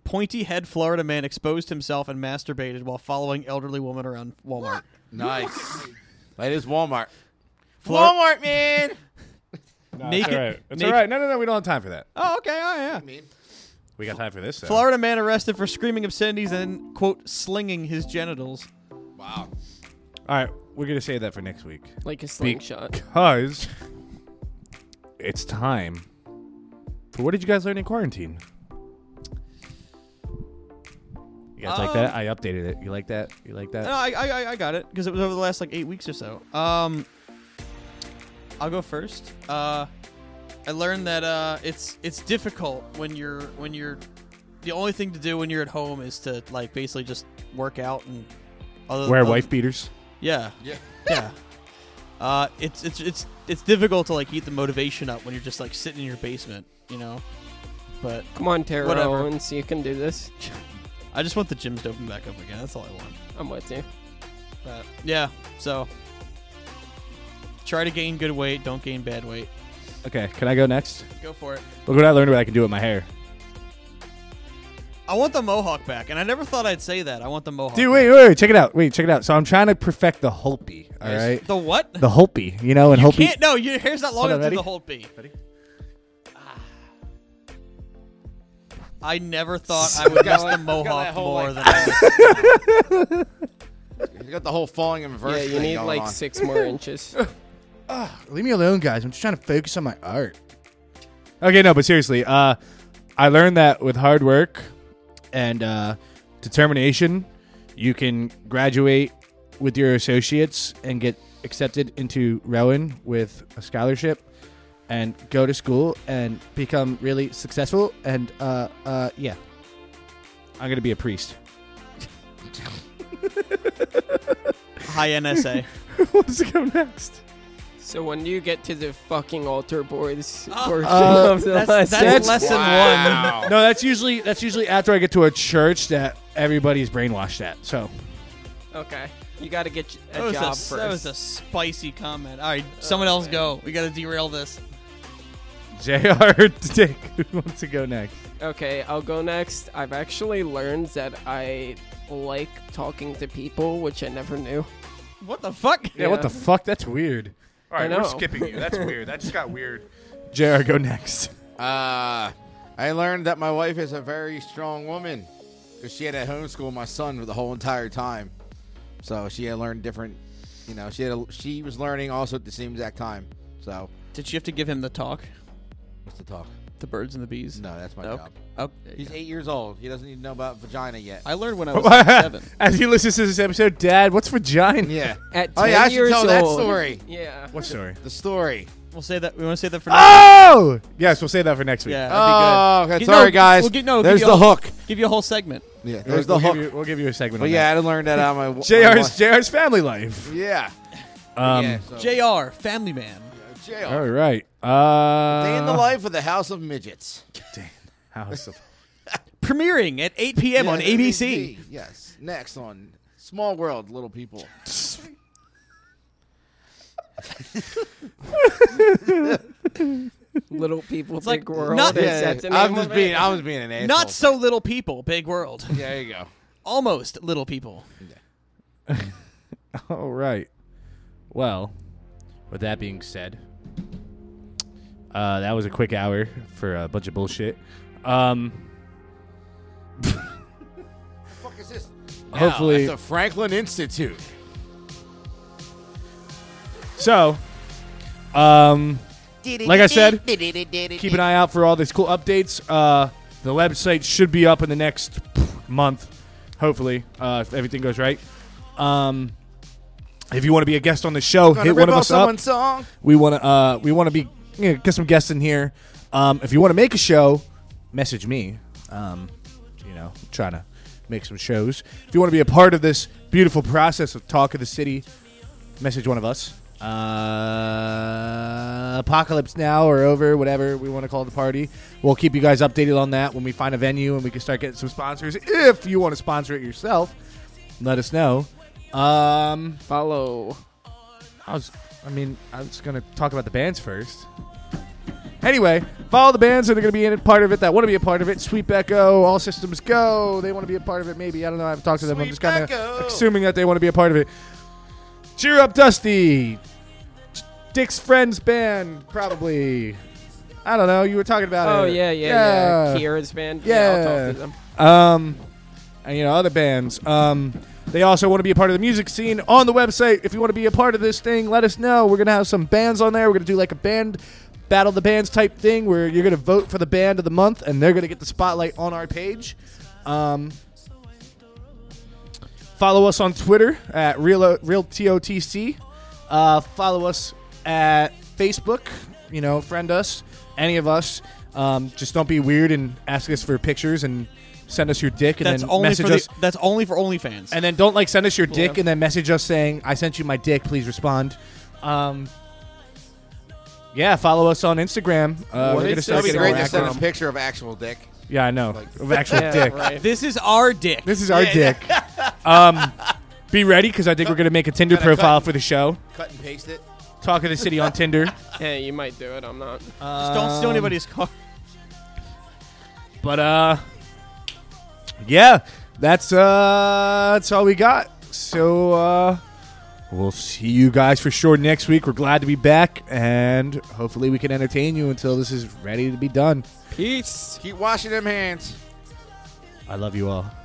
Speaker 4: Pointy head Florida man exposed himself and masturbated while following elderly woman around Walmart.
Speaker 1: Nice. that is Walmart.
Speaker 4: Flor-
Speaker 1: Walmart, man.
Speaker 3: No,
Speaker 4: Naked-
Speaker 3: it's all right. It's
Speaker 4: naked-
Speaker 3: all right. No, no, no. We don't have time for that.
Speaker 4: Oh, okay. Oh, yeah.
Speaker 3: We got time for this. Though.
Speaker 4: Florida man arrested for screaming obscenities and quote slinging his genitals.
Speaker 1: Wow.
Speaker 3: All right, we're gonna save that for next week.
Speaker 8: Like a slingshot.
Speaker 3: Because it's time for what did you guys learn in quarantine? You guys like that?
Speaker 4: Um, Uh,
Speaker 3: I updated it. You like that? You like that?
Speaker 4: No, I, I I- I got it because it was over the last like eight weeks or so. Um, I'll go first. Uh, I learned that uh, it's it's difficult when you're when you're the only thing to do when you're at home is to like basically just work out and other,
Speaker 3: Wear
Speaker 4: other-
Speaker 3: wife beaters.
Speaker 4: Yeah.
Speaker 1: Yeah.
Speaker 4: yeah. Uh, it's it's it's it's difficult to like keep the motivation up when you're just like sitting in your basement, you know. But
Speaker 8: Come on, Terry
Speaker 4: Whatever.
Speaker 8: Owens, you can do this.
Speaker 4: I just want the gyms to open back up again. That's all I want.
Speaker 8: I'm with you.
Speaker 4: But yeah, so try to gain good weight, don't gain bad weight.
Speaker 3: Okay, can I go next?
Speaker 4: Go for it.
Speaker 3: Look what I learned. What I can do with my hair.
Speaker 4: I want the mohawk back, and I never thought I'd say that. I want the mohawk.
Speaker 3: Dude, wait, wait, wait, check it out. Wait, check it out. So I'm trying to perfect the Holpe. All
Speaker 4: Yes.
Speaker 3: right.
Speaker 4: The what?
Speaker 3: The Holpe. You know, and
Speaker 4: You
Speaker 3: Holpe.
Speaker 4: can't. No, your hair's not long
Speaker 3: Hold on,
Speaker 4: enough to
Speaker 3: ready?
Speaker 4: the whole B. Ready? I never thought I would miss the mohawk more than I
Speaker 1: *laughs* You got the whole falling in reverse.
Speaker 8: Yeah, you
Speaker 1: thing
Speaker 8: need
Speaker 1: going
Speaker 8: like
Speaker 1: on. *laughs*
Speaker 8: six more inches.
Speaker 3: Leave me alone, guys. I'm just trying to focus on my art. Okay, no, but seriously, uh, I learned that with hard work and uh, determination, you can graduate with your associates and get accepted into Rowan with a scholarship and go to school and become really successful. And uh, uh, yeah, I'm going to be a priest.
Speaker 4: High NSA.
Speaker 3: What's going next?
Speaker 8: so when do you get to the fucking altar
Speaker 4: *laughs*
Speaker 8: boys portion
Speaker 3: Uh,
Speaker 8: of the
Speaker 3: *laughs* that's-
Speaker 8: lesson?
Speaker 3: that's lesson
Speaker 1: Wow.
Speaker 3: No, that's usually that's usually after I get to a church that everybody's brainwashed at. So
Speaker 8: *laughs* Okay, you got to get a
Speaker 4: uh, That was,
Speaker 8: job
Speaker 4: a,
Speaker 8: first.
Speaker 4: that was a spicy comment. All right, someone else go. We got to derail this.
Speaker 3: JR *laughs* Dick, who wants to go next?
Speaker 8: Okay, I'll go next. I've actually learned that I like talking to people, which I never knew.
Speaker 4: What the fuck?
Speaker 3: Yeah, what the fuck? That's weird.
Speaker 8: All right, I we're know.
Speaker 3: skipping you. That's weird. That just got weird. JR, go next.
Speaker 1: Uh, I learned that my wife is a very strong woman because she had to homeschool my son for the whole entire time. So she had learned different, you know, she had a, she was learning also at the same exact time. So
Speaker 4: Did you have to give him the talk?
Speaker 1: what's the talk?
Speaker 4: The birds and the bees.
Speaker 1: No, that's my
Speaker 4: Nope.
Speaker 1: job.
Speaker 4: Oh,
Speaker 1: He's eight years old. He doesn't even know about vagina yet.
Speaker 4: I
Speaker 1: *laughs*
Speaker 4: learned when I was like seven.
Speaker 3: *laughs* As he listens to this episode, Dad, what's vagina?
Speaker 1: *laughs* yeah.
Speaker 8: At
Speaker 1: Oh
Speaker 8: 10
Speaker 1: yeah, I should
Speaker 8: years
Speaker 1: tell that
Speaker 8: old-
Speaker 1: story.
Speaker 8: Yeah.
Speaker 3: What story?
Speaker 1: The story.
Speaker 4: We'll say that. We want to say that for. now.
Speaker 3: Oh, yes, we'll say that for next week. Uh,
Speaker 4: Yeah.
Speaker 1: Ah! Oh,
Speaker 4: that'd
Speaker 1: okay,
Speaker 4: be good. Give-
Speaker 1: sorry,
Speaker 4: no,
Speaker 1: guys.
Speaker 4: we'll give- no,
Speaker 1: There's
Speaker 4: give you
Speaker 1: the
Speaker 4: a whole-
Speaker 1: hook.
Speaker 4: Give you a whole segment.
Speaker 1: Yeah,
Speaker 3: We'll,
Speaker 1: there's the
Speaker 3: we'll
Speaker 1: hook.
Speaker 3: give you, we'll give you a segment.
Speaker 1: But
Speaker 3: on
Speaker 1: yeah, I learned that on my my *laughs*
Speaker 3: that. JR's
Speaker 1: wife-
Speaker 3: JR's family life.
Speaker 1: Yeah.
Speaker 3: Um,
Speaker 1: yeah, so,
Speaker 4: Jr. Family Man.
Speaker 1: jail.
Speaker 3: All right. Uh,
Speaker 1: Day in the life of the House of Midgets.
Speaker 3: House of
Speaker 4: Premiering at 8 p.m. on
Speaker 1: Yeah,
Speaker 4: ABC.
Speaker 1: Yes. Next on Small World, Little People.
Speaker 8: Little people
Speaker 4: like,
Speaker 8: big world.
Speaker 4: not-
Speaker 8: Is
Speaker 4: Yeah,
Speaker 8: that the
Speaker 1: I'm
Speaker 8: name
Speaker 1: just
Speaker 8: of
Speaker 1: being.
Speaker 8: it?
Speaker 1: I was being an asshole.
Speaker 4: Not so little people. Big world.
Speaker 1: Yeah, there you go.
Speaker 4: Almost little people.
Speaker 3: All Oh, right. Well, with that being said, uh, that was a quick hour for a bunch of bullshit. Um,
Speaker 1: Fuck is this?
Speaker 3: Hopefully-
Speaker 1: the Oh, Franklin Institute.
Speaker 3: so, um, like I said, keep an eye out for all these cool updates. Uh, the website should be up in the next month, hopefully, uh, if everything goes right. Um, if you want to be a guest on the show,
Speaker 1: Gonna
Speaker 3: hit
Speaker 1: rip
Speaker 3: one of
Speaker 1: off
Speaker 3: us up.
Speaker 1: someone's song.
Speaker 3: We want to uh, we want to be you know, get some guests in here. Um, if you want to make a show, message me. Um, you know, trying to make some shows. If you want to be a part of this beautiful process of talk of the city, message one of us. Uh, uh, Apocalypse Now or over, whatever we want to call the party. We'll keep you guys updated on that when we find a venue and we can start getting some sponsors. If you want to sponsor it yourself, let us know. Um,
Speaker 8: Follow.
Speaker 3: I was, I mean, I was going to talk about the bands first. Anyway, follow the bands that are going to be in it, part of it, that want to be a part of it. Sweet Echo, All Systems Go. They want to be a part of it, maybe. I don't know. I haven't talked to them. I'm just kind of assuming that they want to be a part of it. Cheer Up Dusty. Dick's Friends Band, probably. I don't know. You were talking about
Speaker 8: Oh
Speaker 3: it.
Speaker 8: yeah, yeah, yeah. Kira's band. I'll talk to them.
Speaker 3: Um, and you know other bands. Um, they also want to be a part of the music scene on the website. If you want to be a part of this thing, let us know. We're gonna have some bands on there. We're gonna do like a band battle the bands type thing where you're gonna vote for the band of the month, and they're gonna get the spotlight on our page. Um, follow us on Twitter at real real totc. Uh, follow us at Facebook. You know, friend us, any of us. Um, just don't be weird and ask us for pictures and send us your dick and
Speaker 4: That's
Speaker 3: then
Speaker 4: only for
Speaker 3: message
Speaker 4: the,
Speaker 3: us.
Speaker 4: that's only for OnlyFans.
Speaker 3: And then don't like send us your dick
Speaker 4: Yeah.
Speaker 3: and then message us saying I sent you my dick. Please respond. Um, yeah, follow us on Instagram. Uh,
Speaker 1: What
Speaker 3: we're gonna
Speaker 1: is-
Speaker 3: start
Speaker 1: That'd be
Speaker 3: getting
Speaker 1: great
Speaker 3: more
Speaker 1: to send a
Speaker 3: active.
Speaker 1: picture of actual dick.
Speaker 3: Yeah, I know. Of actual
Speaker 1: Yeah,
Speaker 3: dick.
Speaker 1: right.
Speaker 4: This is our dick.
Speaker 3: This is our
Speaker 1: Yeah,
Speaker 3: dick. um, be ready because I think we're gonna make a Tinder
Speaker 1: Kinda cut
Speaker 3: profile
Speaker 1: and-
Speaker 3: for the show.
Speaker 1: Cut and paste it.
Speaker 3: Talk of the city on Tinder.
Speaker 8: Hey, you might do it. I'm not.
Speaker 3: Just
Speaker 4: don't
Speaker 1: Um,
Speaker 4: steal anybody's car.
Speaker 3: But uh, yeah, that's uh, that's all we got. So uh, we'll see you guys for sure next week. We're glad to be back, and hopefully we can entertain you until this is ready to be done.
Speaker 8: Peace.
Speaker 1: Keep washing them hands.
Speaker 3: I love you all.